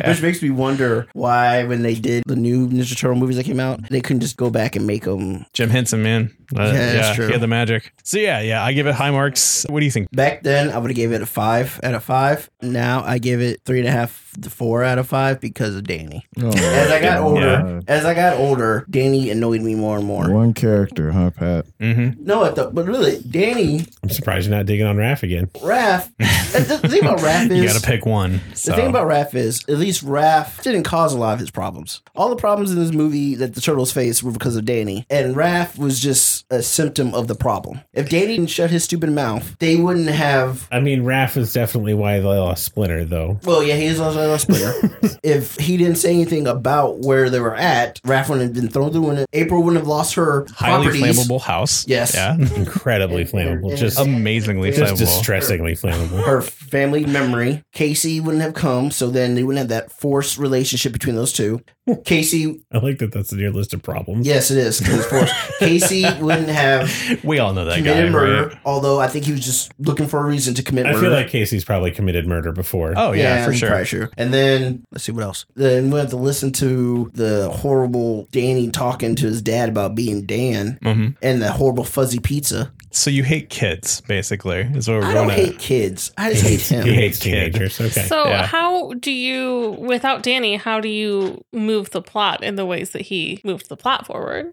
[SPEAKER 2] which makes me wonder why when they did the new Ninja Turtle movies that came out, they couldn't just go back and make them.
[SPEAKER 1] Jim Henson, man, Uh,
[SPEAKER 2] Yeah, that's true.
[SPEAKER 1] he had the magic. So yeah, yeah, I give it high marks. What do you think?
[SPEAKER 2] Back then, I would have gave it a five out of five. Now I give it three and a half to four out of five because of Danny.
[SPEAKER 5] Oh,
[SPEAKER 2] As I got older, as I got older, Danny annoyed me more and more.
[SPEAKER 5] One character, huh, Pat?
[SPEAKER 1] Mm-hmm.
[SPEAKER 2] No, at the, but really, Danny
[SPEAKER 3] I'm surprised you're not digging on Raph again.
[SPEAKER 2] Raph. the the thing about Raph is
[SPEAKER 1] You got to pick one. So.
[SPEAKER 2] The thing about Raph is, at least Raph didn't cause a lot of his problems. All the problems in this movie that the turtles faced were because of Danny, and Raph was just a symptom of the problem. If Danny didn't shut his stupid mouth, they wouldn't have.
[SPEAKER 3] I mean, Raph is definitely why they lost Splinter, though.
[SPEAKER 2] Well, yeah, he's also a splitter. if he didn't say anything about where they were at, Raph wouldn't have been thrown through the window. April wouldn't have lost her
[SPEAKER 1] highly
[SPEAKER 2] properties.
[SPEAKER 1] flammable house.
[SPEAKER 2] Yes.
[SPEAKER 1] Yeah.
[SPEAKER 3] Incredibly flammable, just
[SPEAKER 1] Amazingly
[SPEAKER 3] just
[SPEAKER 1] flammable.
[SPEAKER 3] distressingly flammable.
[SPEAKER 2] Her family memory. Casey wouldn't have come, so then they wouldn't have that forced relationship between those two. Casey
[SPEAKER 3] I like that. That's in your list of problems.
[SPEAKER 2] Yes, it is. 'cause it's forced. Casey wouldn't have
[SPEAKER 1] we all know that
[SPEAKER 2] committed
[SPEAKER 1] guy,
[SPEAKER 2] murder,
[SPEAKER 1] right?
[SPEAKER 2] although I think he was just looking for a reason to commit
[SPEAKER 3] I
[SPEAKER 2] murder.
[SPEAKER 3] feel like Casey's probably committed murder before.
[SPEAKER 1] Oh yeah, for
[SPEAKER 2] I'm
[SPEAKER 1] sure.
[SPEAKER 2] probably And then let's see what else. Then we have to listen to the horrible Danny talking to his dad about being Dan
[SPEAKER 1] hmm
[SPEAKER 2] and the horrible fuzzy pizza.
[SPEAKER 1] So you hate kids, basically, is what we're
[SPEAKER 2] I
[SPEAKER 1] going
[SPEAKER 2] don't
[SPEAKER 1] to.
[SPEAKER 2] hate kids. I just hate him.
[SPEAKER 3] he hates
[SPEAKER 1] Kid.
[SPEAKER 3] teenagers. Okay.
[SPEAKER 4] So
[SPEAKER 1] Yeah.
[SPEAKER 4] how do you, without Danny, how do you move the plot in the ways that he moved the plot forward?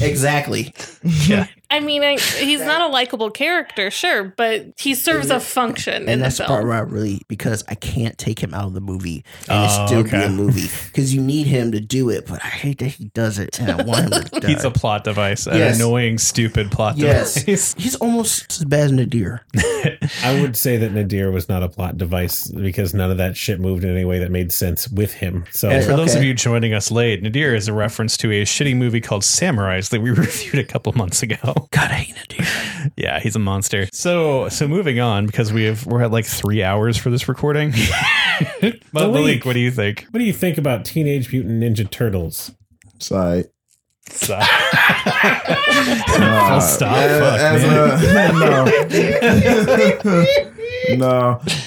[SPEAKER 2] Exactly.
[SPEAKER 1] Yeah.
[SPEAKER 4] I mean, I, he's not a likable character, sure, but he serves a function in
[SPEAKER 2] and
[SPEAKER 4] the
[SPEAKER 2] that's the part
[SPEAKER 4] film.
[SPEAKER 2] where I really because I can't take him out of the movie and
[SPEAKER 1] Oh,
[SPEAKER 2] it still be
[SPEAKER 1] okay.
[SPEAKER 2] a movie because you need him to do it, but I hate that he does it and I want him to die.
[SPEAKER 1] He's a plot device, an
[SPEAKER 2] Yes.
[SPEAKER 1] annoying, stupid plot
[SPEAKER 2] yes,
[SPEAKER 1] device.
[SPEAKER 2] he's almost as bad as Nadir.
[SPEAKER 3] I would say that Nadir was not a plot device because none of that shit moved in any way that made sense with him. So
[SPEAKER 1] And for those of
[SPEAKER 2] Okay.
[SPEAKER 1] you joining us late, Nadir is a reference to a shitty movie called Samurais that we reviewed a couple months ago.
[SPEAKER 2] God, I hate Nadir.
[SPEAKER 1] Yeah, he's a monster. So, so moving on because we have we're at like three hours for this recording. but
[SPEAKER 3] Malik.
[SPEAKER 1] Malik, what do you think?
[SPEAKER 3] what do you think about Teenage Mutant Ninja Turtles?
[SPEAKER 5] Sigh.
[SPEAKER 1] So-
[SPEAKER 5] Uh,
[SPEAKER 1] stop,
[SPEAKER 5] as-
[SPEAKER 1] fuck,
[SPEAKER 5] as a- no. no.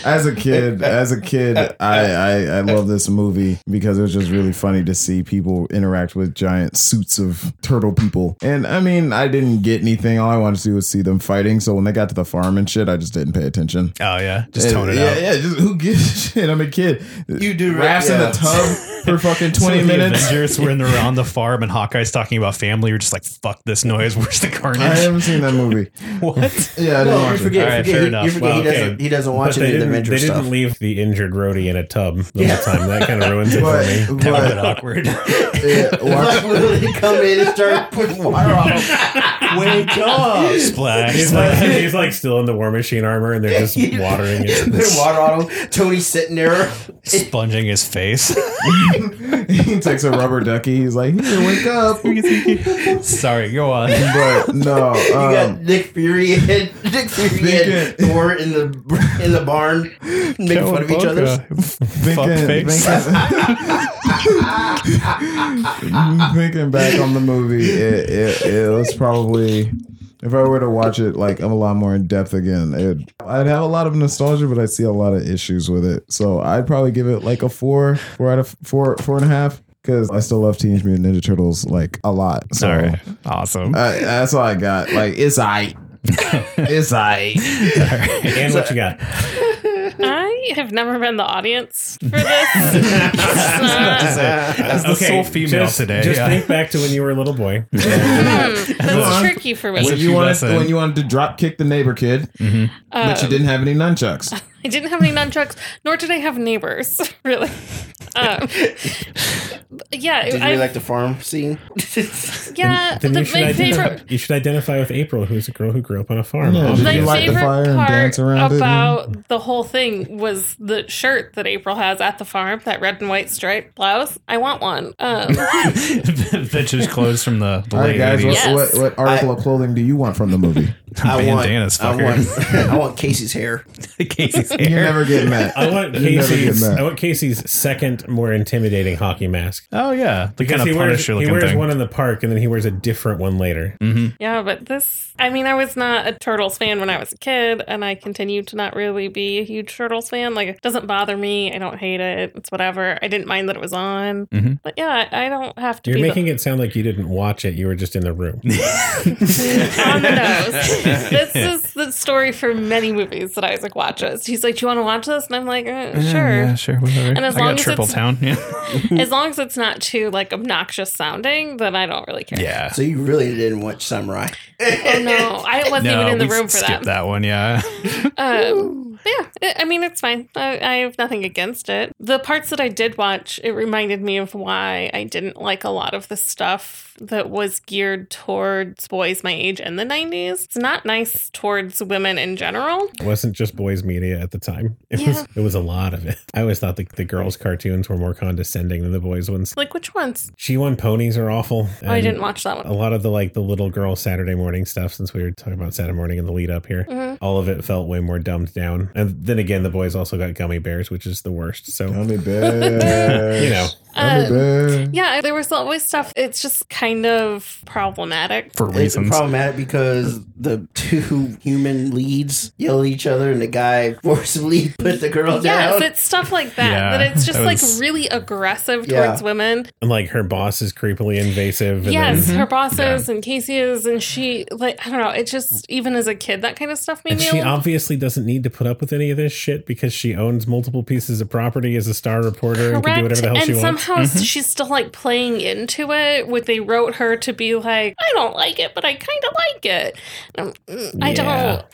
[SPEAKER 5] As a kid, as a kid, I, I I love this movie because it was just really funny to see people interact with giant suits of turtle people. And I mean, I didn't get anything. All I wanted to see was see them fighting. So when they got to the farm and shit, I just didn't pay attention.
[SPEAKER 1] oh yeah,
[SPEAKER 2] Uh,
[SPEAKER 1] just
[SPEAKER 5] And-
[SPEAKER 1] tone it
[SPEAKER 5] yeah,
[SPEAKER 1] out.
[SPEAKER 5] Yeah, just who gives a shit? I'm a kid.
[SPEAKER 2] You do, right?
[SPEAKER 5] rafts in
[SPEAKER 2] Yeah.
[SPEAKER 5] the tub for fucking twenty
[SPEAKER 1] So
[SPEAKER 5] minutes.
[SPEAKER 1] The Avengers were in the, on the farm, and Hawkeye's talking about family. We're just like, "Fuck this noise! Where's the
[SPEAKER 5] I
[SPEAKER 1] carnage?
[SPEAKER 5] haven't seen that movie.
[SPEAKER 1] what?
[SPEAKER 5] Yeah, I didn't
[SPEAKER 2] No, you
[SPEAKER 5] watch it.
[SPEAKER 2] forget,
[SPEAKER 1] All right,
[SPEAKER 2] forget,
[SPEAKER 1] fair
[SPEAKER 2] he,
[SPEAKER 1] enough.
[SPEAKER 2] you forget
[SPEAKER 1] Well,
[SPEAKER 2] he
[SPEAKER 1] okay.
[SPEAKER 2] doesn't he doesn't watch
[SPEAKER 3] they
[SPEAKER 2] any of the
[SPEAKER 3] didn't,
[SPEAKER 2] Avenger
[SPEAKER 3] they didn't
[SPEAKER 2] stuff.
[SPEAKER 3] leave the injured roadie in a tub the whole time. That kind of ruins it for me.
[SPEAKER 5] But,
[SPEAKER 1] That would have
[SPEAKER 5] but
[SPEAKER 1] been awkward."
[SPEAKER 5] yeah, watch,
[SPEAKER 2] Like literally come in and start putting water on him.
[SPEAKER 1] Wake up! Splash!
[SPEAKER 3] He's like, he's like still in the War Machine armor, and they're just watering it.
[SPEAKER 2] Put water on him. Tony's sitting there.
[SPEAKER 1] sponging his face.
[SPEAKER 5] he takes a rubber ducky. He's like, "Here, wake up!"
[SPEAKER 1] Sorry, go on.
[SPEAKER 5] But no,
[SPEAKER 2] You got
[SPEAKER 5] um,
[SPEAKER 2] Nick Fury and Nick Fury and
[SPEAKER 5] Thinking-
[SPEAKER 2] Thor in the in the barn making fun of each other.
[SPEAKER 1] Fuck
[SPEAKER 5] thinking,
[SPEAKER 1] face.
[SPEAKER 5] thinking, thinking back on the movie, it, it, it was probably. If I were to watch it like a lot more in depth again, it, I'd have a lot of nostalgia, but I see a lot of issues with it. So I'd probably give it like a four, four out of four, four and a half, because I still love Teenage Mutant Ninja Turtles like a lot. So
[SPEAKER 1] All right, awesome.
[SPEAKER 5] Uh, that's all I got. Like it's I. it's I.
[SPEAKER 3] And what you got?
[SPEAKER 4] I have never been the audience for this.
[SPEAKER 1] That's it. That's the sole female
[SPEAKER 3] just,
[SPEAKER 1] today.
[SPEAKER 3] Just
[SPEAKER 1] yeah.
[SPEAKER 3] think back to when you were a little boy.
[SPEAKER 4] That's tricky for me.
[SPEAKER 5] When
[SPEAKER 1] you
[SPEAKER 5] you wanted
[SPEAKER 1] lesson.
[SPEAKER 5] when you wanted to drop kick the neighbor kid,
[SPEAKER 3] Mm-hmm.
[SPEAKER 5] but you didn't have any nunchucks.
[SPEAKER 4] I didn't have any nunchucks, nor did I have neighbors, really. Um, but yeah,
[SPEAKER 2] Did you
[SPEAKER 4] I,
[SPEAKER 2] really like the farm scene?
[SPEAKER 4] yeah. The,
[SPEAKER 3] Then
[SPEAKER 4] my
[SPEAKER 3] you should,
[SPEAKER 4] favorite,
[SPEAKER 3] identify, you should identify with April, who's a girl who grew up on a farm.
[SPEAKER 5] Yeah,
[SPEAKER 3] Um,
[SPEAKER 5] Did
[SPEAKER 4] my
[SPEAKER 5] you light the
[SPEAKER 4] favorite
[SPEAKER 5] fire and
[SPEAKER 4] part
[SPEAKER 5] dance around it?
[SPEAKER 4] about the whole thing was the shirt that April has at the farm, that red and white striped blouse. I want one. Um,
[SPEAKER 1] Vintage clothes from the, the
[SPEAKER 5] All right,
[SPEAKER 1] late
[SPEAKER 5] guys, what,
[SPEAKER 1] 80s.
[SPEAKER 4] Yes.
[SPEAKER 5] what, what article of clothing do you want from the movie?
[SPEAKER 1] Bandanas,
[SPEAKER 2] I want,
[SPEAKER 1] fucker.
[SPEAKER 2] I want Casey's hair.
[SPEAKER 1] Casey's
[SPEAKER 5] You're
[SPEAKER 1] hair.
[SPEAKER 5] never getting that.
[SPEAKER 3] I want
[SPEAKER 5] You're never
[SPEAKER 3] Casey's.
[SPEAKER 5] getting that.
[SPEAKER 3] I want Casey's second, more intimidating hockey mask.
[SPEAKER 1] oh, yeah. The
[SPEAKER 3] Because
[SPEAKER 1] kind of
[SPEAKER 3] he wears,
[SPEAKER 1] Punisher
[SPEAKER 3] he
[SPEAKER 1] looking
[SPEAKER 3] wears
[SPEAKER 1] thing. Mm.
[SPEAKER 3] one in the park, and then he wears a different one later.
[SPEAKER 4] yeah, but this, I mean, I was not a Turtles fan when I was a kid, and I continue to not really be a huge Turtles fan. Like, it doesn't bother me. I don't hate it. It's whatever. I didn't mind that it was on.
[SPEAKER 1] Mhm.
[SPEAKER 4] But yeah, I don't have to
[SPEAKER 3] You're
[SPEAKER 4] be the-
[SPEAKER 3] making it sound like you didn't watch it; you were just in the room.
[SPEAKER 4] on the nose. this is the story for many movies that Isaac watches. He's like, "Do you want to watch this?" And I'm like, eh,
[SPEAKER 1] Yeah,
[SPEAKER 4] "Sure."
[SPEAKER 1] Yeah, sure. Whatever.
[SPEAKER 4] And as
[SPEAKER 1] I
[SPEAKER 4] long
[SPEAKER 1] got
[SPEAKER 4] as
[SPEAKER 1] Triple
[SPEAKER 4] it's-
[SPEAKER 1] Town. Yeah.
[SPEAKER 4] As long as it's not too like obnoxious sounding, then I don't really care.
[SPEAKER 1] yeah.
[SPEAKER 2] So you really didn't watch Samurai.
[SPEAKER 4] Oh no, I wasn't even in the
[SPEAKER 1] we
[SPEAKER 4] room for
[SPEAKER 1] skipped
[SPEAKER 4] that.
[SPEAKER 1] that one, yeah.
[SPEAKER 4] Um, yeah, I- I mean, it's fine. I, I have nothing against it. The parts that I did watch, it reminded me of why I didn't like a lot of the stuff that was geared towards boys my age in the 90s. It's not nice towards women in general.
[SPEAKER 3] It wasn't just boys media at the time. It
[SPEAKER 4] Yeah.
[SPEAKER 3] was it was a lot of it. I always thought the, the girls' cartoons were more condescending than the boys' ones.
[SPEAKER 4] Like, which ones?
[SPEAKER 3] She won ponies are awful.
[SPEAKER 4] Oh, I
[SPEAKER 3] and
[SPEAKER 4] didn't watch that one.
[SPEAKER 3] a lot of the like the little girl Saturday morning stuff. Since we were talking about Saturday morning in the lead up here,
[SPEAKER 4] Mm-hmm.
[SPEAKER 3] all of it felt way more dumbed down. And then again, the boys also got gummy bears, which is the worst. So
[SPEAKER 5] Gummy bears.
[SPEAKER 3] you know,
[SPEAKER 4] Um,
[SPEAKER 5] Gummy bears.
[SPEAKER 4] Uh, Yeah, there was always stuff. It's just kind of problematic.
[SPEAKER 1] For
[SPEAKER 2] It's
[SPEAKER 1] reasons.
[SPEAKER 2] problematic because the two human leads yell at each other, and the guy forcibly put the girl
[SPEAKER 4] Yes,
[SPEAKER 2] down.
[SPEAKER 4] it's stuff like that.
[SPEAKER 1] Yeah,
[SPEAKER 4] that it's just
[SPEAKER 1] that
[SPEAKER 4] like
[SPEAKER 1] was-
[SPEAKER 4] really aggressive
[SPEAKER 2] Yeah.
[SPEAKER 4] towards women.
[SPEAKER 3] and like her boss is creepily invasive. And
[SPEAKER 4] yes,
[SPEAKER 3] then,
[SPEAKER 4] her bosses and Casey is, and she like I don't know. It just even as a kid, that kind of stuff made
[SPEAKER 3] and
[SPEAKER 4] me. a
[SPEAKER 3] she
[SPEAKER 4] little-
[SPEAKER 3] obviously doesn't need to put up with any of this shit because she owns multiple pieces of property as a star reporter and can do whatever the hell
[SPEAKER 4] and
[SPEAKER 3] she wants. Mm-hmm.
[SPEAKER 4] how she's still like playing into it. What they wrote her to be like, I don't like it, but I kind of like it. And I'm, "Mm, I
[SPEAKER 1] Yeah.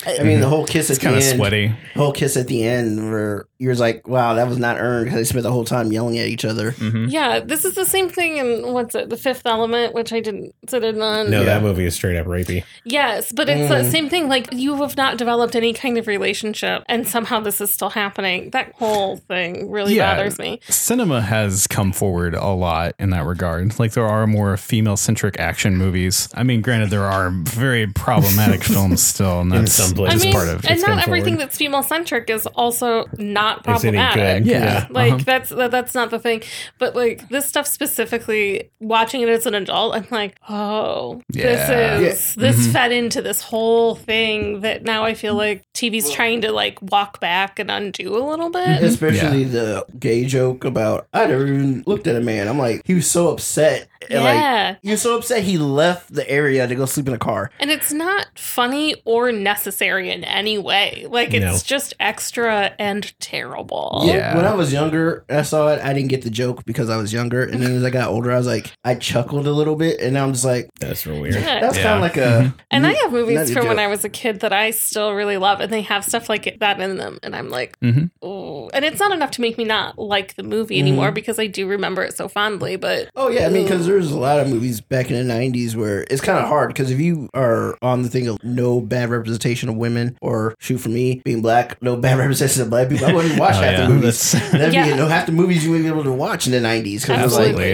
[SPEAKER 4] don't.
[SPEAKER 2] I mean, the whole kiss at
[SPEAKER 1] It's kind of
[SPEAKER 2] the end,
[SPEAKER 1] sweaty.
[SPEAKER 2] whole kiss at the end, where you're like, "Wow, that was not earned," because they spent the whole time yelling at each other.
[SPEAKER 1] Mm-hmm.
[SPEAKER 4] Yeah, this is the same thing in what's it, The Fifth Element, which I didn't sit in on.
[SPEAKER 3] No,
[SPEAKER 2] Yeah.
[SPEAKER 3] that movie is straight up rapey.
[SPEAKER 4] Yes, but it's that
[SPEAKER 2] Mm.
[SPEAKER 4] same thing. Like you have not developed any kind of relationship, and somehow this is still happening. That whole thing really
[SPEAKER 1] Yeah.
[SPEAKER 4] bothers me.
[SPEAKER 1] Cinema has come forward a lot in that regard. Like there are more female centric action movies. I mean, granted, there are very problematic films still, and
[SPEAKER 3] In
[SPEAKER 1] that's
[SPEAKER 3] some
[SPEAKER 4] I
[SPEAKER 1] that's
[SPEAKER 3] places.
[SPEAKER 4] mean,
[SPEAKER 1] part of
[SPEAKER 4] and
[SPEAKER 3] come
[SPEAKER 4] not everything
[SPEAKER 3] forward.
[SPEAKER 4] that's female centric is also not
[SPEAKER 3] Is any
[SPEAKER 4] problematic.
[SPEAKER 3] good?
[SPEAKER 1] Yeah.
[SPEAKER 4] Like
[SPEAKER 1] Uh-huh.
[SPEAKER 4] that's that, that's not the thing, but like this stuff specifically, watching it as an adult, I'm like, oh,
[SPEAKER 1] Yeah.
[SPEAKER 4] this is this fed into this whole thing that now I feel like TV's trying to like walk back and undo a little bit.
[SPEAKER 2] Mm-hmm. Especially the gay joke about I never even looked at a man. I'm like, he was so upset. And like
[SPEAKER 4] yeah,
[SPEAKER 2] he was so upset he left the area to go sleep in a car.
[SPEAKER 4] And it's not funny or necessary in any way. Like it's
[SPEAKER 3] No.
[SPEAKER 4] just extra and terrible.
[SPEAKER 1] Yeah.
[SPEAKER 2] When I was younger, I saw it. I didn't get the joke because I was younger, and then as I got older, I was like, I chuckled a little bit, and now I'm just like,
[SPEAKER 3] That's real weird.
[SPEAKER 4] Yeah.
[SPEAKER 2] that's
[SPEAKER 1] Yeah.
[SPEAKER 2] kind of like a.
[SPEAKER 4] And I have
[SPEAKER 2] Not
[SPEAKER 4] movies
[SPEAKER 2] a
[SPEAKER 4] from when
[SPEAKER 2] joke.
[SPEAKER 4] I was a kid that I still really love, and they have stuff like that in them. And I'm like,
[SPEAKER 1] Mhm.
[SPEAKER 4] oh. And it's not enough to make me not like the movie anymore because I do remember it so fondly. But
[SPEAKER 2] Oh yeah, I mean, because there's a lot of movies back in the '90s where it's kind of hard. Because if you are on the thing of no bad representation of women, or shoot for me being black, no bad representation of black people, I wouldn't watch
[SPEAKER 1] Oh,
[SPEAKER 2] half
[SPEAKER 1] yeah.
[SPEAKER 2] the movies.
[SPEAKER 1] That's-
[SPEAKER 2] That'd
[SPEAKER 4] Yeah.
[SPEAKER 2] be no half the movies you wouldn't be able to watch in the '90s. Because
[SPEAKER 4] Absolutely.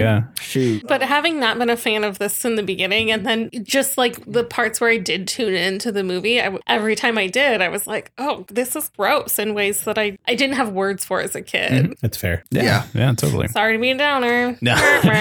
[SPEAKER 1] Absolutely,
[SPEAKER 2] like,
[SPEAKER 1] yeah.
[SPEAKER 2] shoot,
[SPEAKER 4] But having not been a fan of this in the beginning, and then just like the parts where I did tune into the movie, I, every time I did, I was like, oh, this is gross in ways that I, I didn't have words for as a kid.
[SPEAKER 3] That's fair.
[SPEAKER 1] yeah, yeah, totally.
[SPEAKER 4] Sorry to be a downer.
[SPEAKER 1] No, no,
[SPEAKER 3] you're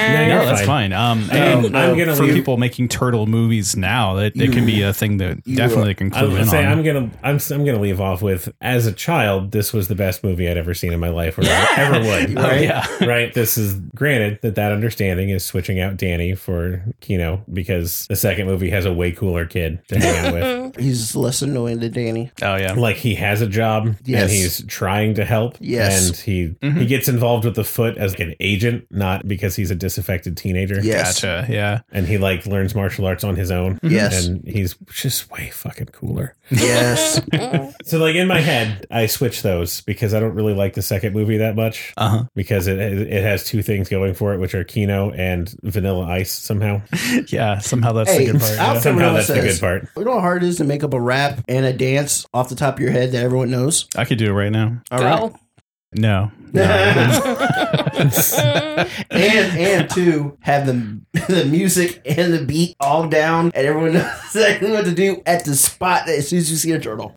[SPEAKER 1] that's
[SPEAKER 3] fine.
[SPEAKER 1] fine. Um,
[SPEAKER 3] I'm-
[SPEAKER 1] and
[SPEAKER 3] I'm gonna
[SPEAKER 1] for
[SPEAKER 3] leave-
[SPEAKER 1] people making turtle movies now, that it can be a thing that
[SPEAKER 2] you
[SPEAKER 1] definitely can
[SPEAKER 3] I
[SPEAKER 1] clue
[SPEAKER 3] was gonna
[SPEAKER 1] in
[SPEAKER 3] say
[SPEAKER 1] on.
[SPEAKER 3] I'm gonna I'm s- I'm gonna leave off with as a child this was the best movie I'd ever seen in my life or ever would
[SPEAKER 2] right?
[SPEAKER 1] Oh, yeah,
[SPEAKER 3] right? This is granted that that understanding is switching out Danny for Kino because the second movie has a way cooler kid to hang out with.
[SPEAKER 2] he's less annoying than Danny.
[SPEAKER 1] oh yeah.
[SPEAKER 3] Like he has a job and
[SPEAKER 2] Yes.
[SPEAKER 3] he's trying to help.
[SPEAKER 2] Yes.
[SPEAKER 3] and he he gets involved with the foot as an agent, not because he's a disaffected teenager.
[SPEAKER 2] Yes,
[SPEAKER 1] Gotcha. Yeah.
[SPEAKER 3] and he like learns martial arts on his own.
[SPEAKER 2] Yes.
[SPEAKER 3] and he's just way fucking cooler.
[SPEAKER 2] yes.
[SPEAKER 4] Mm,
[SPEAKER 3] So like in my head, I switch those because I don't really like the second movie that much
[SPEAKER 1] Uh huh.
[SPEAKER 3] because it it has two things going for it, which are Kino and Vanilla Ice somehow.
[SPEAKER 1] Yeah. Somehow that's
[SPEAKER 2] Hey,
[SPEAKER 1] the good part.
[SPEAKER 2] I'll
[SPEAKER 1] yeah.
[SPEAKER 2] say-
[SPEAKER 3] Somehow
[SPEAKER 2] Everyone
[SPEAKER 3] that's the
[SPEAKER 2] says-
[SPEAKER 3] good part.
[SPEAKER 2] you know how hard it is to make up a rap and a dance off the top of your head that everyone knows.
[SPEAKER 1] I could do it right now.
[SPEAKER 2] All right.
[SPEAKER 1] No.
[SPEAKER 4] Mm.
[SPEAKER 2] and and two have the the music and the beat all down, and everyone knows exactly what to do at the spot that as soon as you see a turtle.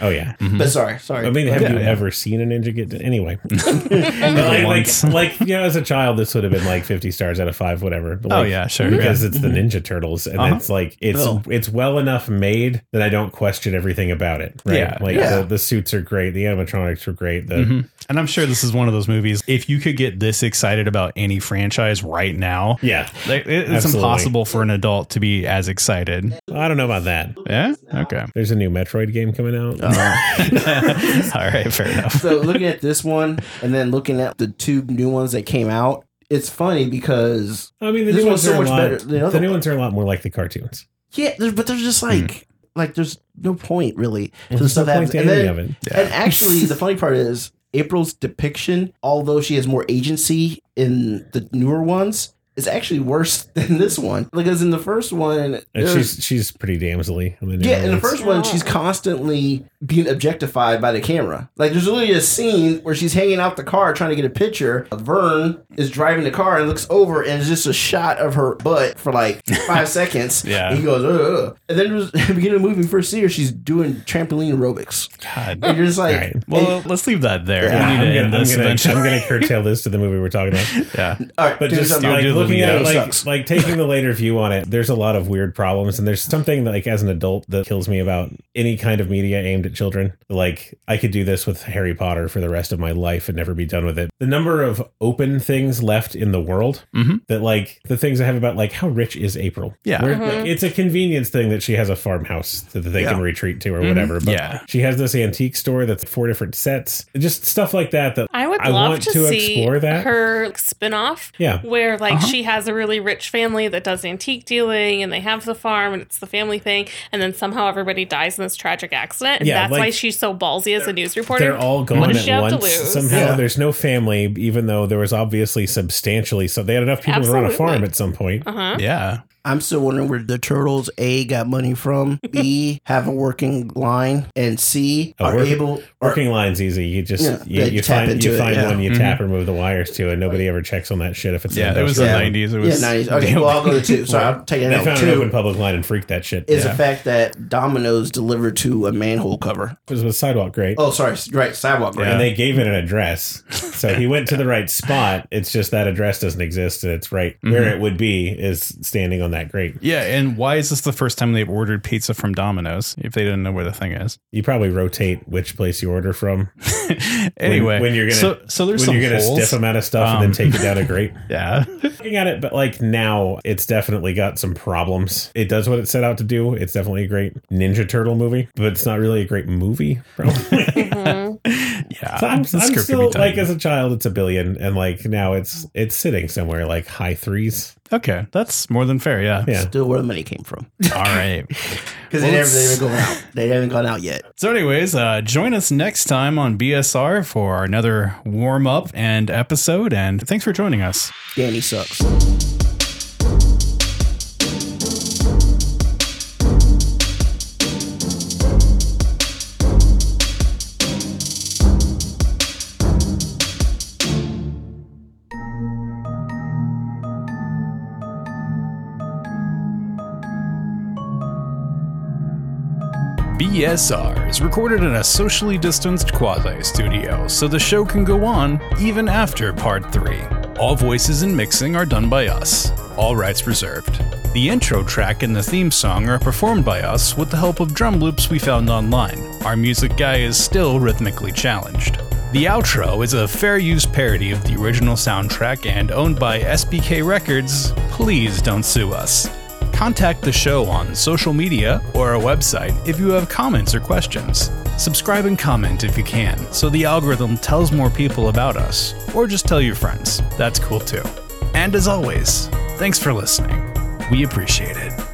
[SPEAKER 3] Oh yeah.
[SPEAKER 2] But sorry, sorry.
[SPEAKER 3] I mean, have
[SPEAKER 1] Yeah,
[SPEAKER 3] you
[SPEAKER 1] yeah.
[SPEAKER 3] ever seen a ninja get anyway? But, like, like,
[SPEAKER 1] Once.
[SPEAKER 3] like, you know, as a child, this would have been like fifty stars out of five, whatever. But,
[SPEAKER 1] Oh
[SPEAKER 3] like,
[SPEAKER 1] yeah. Sure.
[SPEAKER 3] because it's the Ninja Turtles, and
[SPEAKER 1] Uh-huh.
[SPEAKER 3] it's like it's
[SPEAKER 2] Oh.
[SPEAKER 3] it's well enough made that I don't question everything about it. Right?
[SPEAKER 1] Yeah,
[SPEAKER 3] like
[SPEAKER 2] yeah. Mm-hmm.
[SPEAKER 3] The, the suits are great, the animatronics are great. The
[SPEAKER 1] hmm And I'm sure this is one of those movies. If you could get this excited about any franchise right now,
[SPEAKER 3] yeah,
[SPEAKER 1] like, it- it's
[SPEAKER 3] Absolutely.
[SPEAKER 1] impossible for an adult to be as excited.
[SPEAKER 3] I don't know about that.
[SPEAKER 1] Yeah. Okay.
[SPEAKER 3] There's a new Metroid game coming out.
[SPEAKER 2] Uh-huh.
[SPEAKER 1] All right. Fair enough.
[SPEAKER 2] so looking at this one, and then looking at the two new ones that came out, it's funny because
[SPEAKER 3] I mean, the
[SPEAKER 2] This
[SPEAKER 3] new
[SPEAKER 2] one's
[SPEAKER 3] ones
[SPEAKER 2] so
[SPEAKER 3] are a
[SPEAKER 2] much
[SPEAKER 3] lot.
[SPEAKER 2] better than the
[SPEAKER 3] The,
[SPEAKER 2] other
[SPEAKER 3] new
[SPEAKER 2] one.
[SPEAKER 3] ones are a lot more like the cartoons.
[SPEAKER 2] yeah, there's, but there's just like like there's no point really to the
[SPEAKER 3] Hmm. There's no
[SPEAKER 2] stuff that happens.
[SPEAKER 3] point to
[SPEAKER 2] And,
[SPEAKER 3] any
[SPEAKER 2] then-
[SPEAKER 3] of it.
[SPEAKER 2] and actually, the funny part is. April's depiction, although she has more agency in the newer ones, is actually worse than this one. Because in the first one,
[SPEAKER 3] And
[SPEAKER 2] there's-
[SPEAKER 3] she's she's pretty damselly. in the new
[SPEAKER 2] Yeah, in the
[SPEAKER 3] ones.
[SPEAKER 2] first one, she's constantly being objectified by the camera. Like, there's literally a scene where she's hanging out the car trying to get a picture. Vern is driving the car and looks over, and it's just a shot of her butt for like five seconds.
[SPEAKER 1] Yeah.
[SPEAKER 2] And he goes, Ugh. And then there's, at the beginning of the movie, we first see her, she's doing trampoline aerobics.
[SPEAKER 1] God.
[SPEAKER 2] And you're just like,
[SPEAKER 3] Right.
[SPEAKER 1] Well, let's leave that there. we
[SPEAKER 3] Yeah,
[SPEAKER 1] need
[SPEAKER 3] I'm
[SPEAKER 1] to
[SPEAKER 3] gonna-
[SPEAKER 1] end
[SPEAKER 3] I'm
[SPEAKER 1] this
[SPEAKER 3] gonna-
[SPEAKER 1] eventually.
[SPEAKER 3] I'm going to curtail this to the movie we're talking about.
[SPEAKER 1] yeah.
[SPEAKER 2] all right,
[SPEAKER 3] But
[SPEAKER 2] do
[SPEAKER 3] just
[SPEAKER 2] something.
[SPEAKER 3] like
[SPEAKER 1] do the
[SPEAKER 3] looking
[SPEAKER 1] movie
[SPEAKER 3] at
[SPEAKER 1] though.
[SPEAKER 3] it like,
[SPEAKER 2] sucks.
[SPEAKER 3] like taking the later view on it, there's a lot of weird problems, and there's something that, like as an adult that kills me about any kind of media aimed at children. Like I could do this with Harry Potter for the rest of my life and never be done with it. The number of open things left in the world
[SPEAKER 6] Mhm.
[SPEAKER 3] that like the things I have about like how rich is April?
[SPEAKER 6] Yeah.
[SPEAKER 3] Where-
[SPEAKER 4] Mhm.
[SPEAKER 3] like, it's a convenience thing that she has a farmhouse that they
[SPEAKER 2] Yeah.
[SPEAKER 3] can retreat to or
[SPEAKER 6] Mhm.
[SPEAKER 3] whatever. But
[SPEAKER 6] Yeah.
[SPEAKER 3] she has this antique store that's four different sets, just stuff like that. That
[SPEAKER 4] I would
[SPEAKER 3] I
[SPEAKER 4] love
[SPEAKER 3] want
[SPEAKER 4] to,
[SPEAKER 3] to
[SPEAKER 4] see
[SPEAKER 3] explore that.
[SPEAKER 4] her spin-off
[SPEAKER 3] yeah,
[SPEAKER 4] where like she has a really rich family that does antique dealing and they have the farm and it's the family thing and then somehow everybody dies in this tragic accident and
[SPEAKER 3] Yeah,
[SPEAKER 4] that's
[SPEAKER 3] like-
[SPEAKER 4] why she's so ballsy as a news reporter.
[SPEAKER 3] They're all
[SPEAKER 4] What
[SPEAKER 3] gone
[SPEAKER 4] does she
[SPEAKER 3] at
[SPEAKER 4] have to
[SPEAKER 3] once.
[SPEAKER 4] lose?
[SPEAKER 3] Somehow
[SPEAKER 2] Yeah.
[SPEAKER 3] there's no family, even though there was obviously substantially so they had enough people to run a
[SPEAKER 4] Absolutely.
[SPEAKER 3] farm at some point.
[SPEAKER 4] uh-huh.
[SPEAKER 6] Yeah.
[SPEAKER 2] I'm still wondering where the turtles A got money from, B have a working line, and C
[SPEAKER 3] A
[SPEAKER 2] are
[SPEAKER 3] work-
[SPEAKER 2] able are-
[SPEAKER 3] Working lines easy. You just
[SPEAKER 2] Yeah,
[SPEAKER 3] you,
[SPEAKER 2] yeah,
[SPEAKER 3] you
[SPEAKER 2] tap
[SPEAKER 3] find
[SPEAKER 2] into
[SPEAKER 3] you
[SPEAKER 2] it,
[SPEAKER 3] find
[SPEAKER 2] yeah. Mm-hmm.
[SPEAKER 3] one, you
[SPEAKER 6] Mhm.
[SPEAKER 3] tap or move the wires to, and nobody ever checks on that shit if it's an
[SPEAKER 6] Yeah. It was the
[SPEAKER 3] industrial-
[SPEAKER 2] Yeah.
[SPEAKER 6] 90s. It
[SPEAKER 2] yeah
[SPEAKER 6] was.
[SPEAKER 2] nice. Okay, well I'll go to two. Sorry, I'm taking
[SPEAKER 3] They
[SPEAKER 2] it out
[SPEAKER 3] found an open
[SPEAKER 2] two.
[SPEAKER 3] public line and freaked that shit.
[SPEAKER 2] Is
[SPEAKER 3] yeah.
[SPEAKER 2] the fact that Domino's delivered to a manhole cover.
[SPEAKER 3] it was with sidewalk great.
[SPEAKER 2] Oh, sorry, right sidewalk. Right?
[SPEAKER 3] And they gave it an address. So he went to the right spot. It's just that address doesn't exist and it's right
[SPEAKER 6] Mm-hmm.
[SPEAKER 3] where it would be is standing on that grate.
[SPEAKER 6] Yeah, and why is this the first time they've ordered pizza from Domino's if they didn't know where the thing is?
[SPEAKER 3] You probably rotate which place you order from.
[SPEAKER 6] anyway,
[SPEAKER 3] when you're gonna-
[SPEAKER 6] so, so there's
[SPEAKER 3] when
[SPEAKER 6] some
[SPEAKER 3] you're gonna
[SPEAKER 6] holes.
[SPEAKER 3] stiff them out of stuff
[SPEAKER 6] Um,
[SPEAKER 3] and then take it down a grate.
[SPEAKER 6] yeah,
[SPEAKER 3] looking at it, but like now, it's definitely got some problems. It does what it set out to do. It's definitely a great Ninja Turtle movie, but it's not really a great movie. Probably.
[SPEAKER 4] Mhm.
[SPEAKER 6] yeah.
[SPEAKER 3] So I'm, I'm
[SPEAKER 6] This script could
[SPEAKER 3] still
[SPEAKER 6] be done.
[SPEAKER 3] like as a child, it's a billion, and like now it's it's sitting somewhere like high threes.
[SPEAKER 6] okay, that's more than fair. Yeah.
[SPEAKER 3] Yeah.
[SPEAKER 2] Still where the money came from.
[SPEAKER 6] All right.
[SPEAKER 2] Because they never they haven't gone out. They haven't gone out yet.
[SPEAKER 6] So, anyways, uh, join us next time on BSR for another warm up and episode. And thanks for joining us.
[SPEAKER 2] Danny sucks.
[SPEAKER 1] BSR is recorded in a socially distanced quasi studio, so the show can go on even after part 3. All voices and mixing are done by us, all rights reserved. The intro track and the theme song are performed by us with the help of drum loops we found online. Our music guy is still rhythmically challenged. The outro is a fair use parody of the original soundtrack and owned by SBK Records. Please don't sue us. Contact the show on social media or our website if you have comments or questions. Subscribe and comment if you can, so the algorithm tells more people about us, or just tell your friends. That's cool too. And as always, thanks for listening. We appreciate it.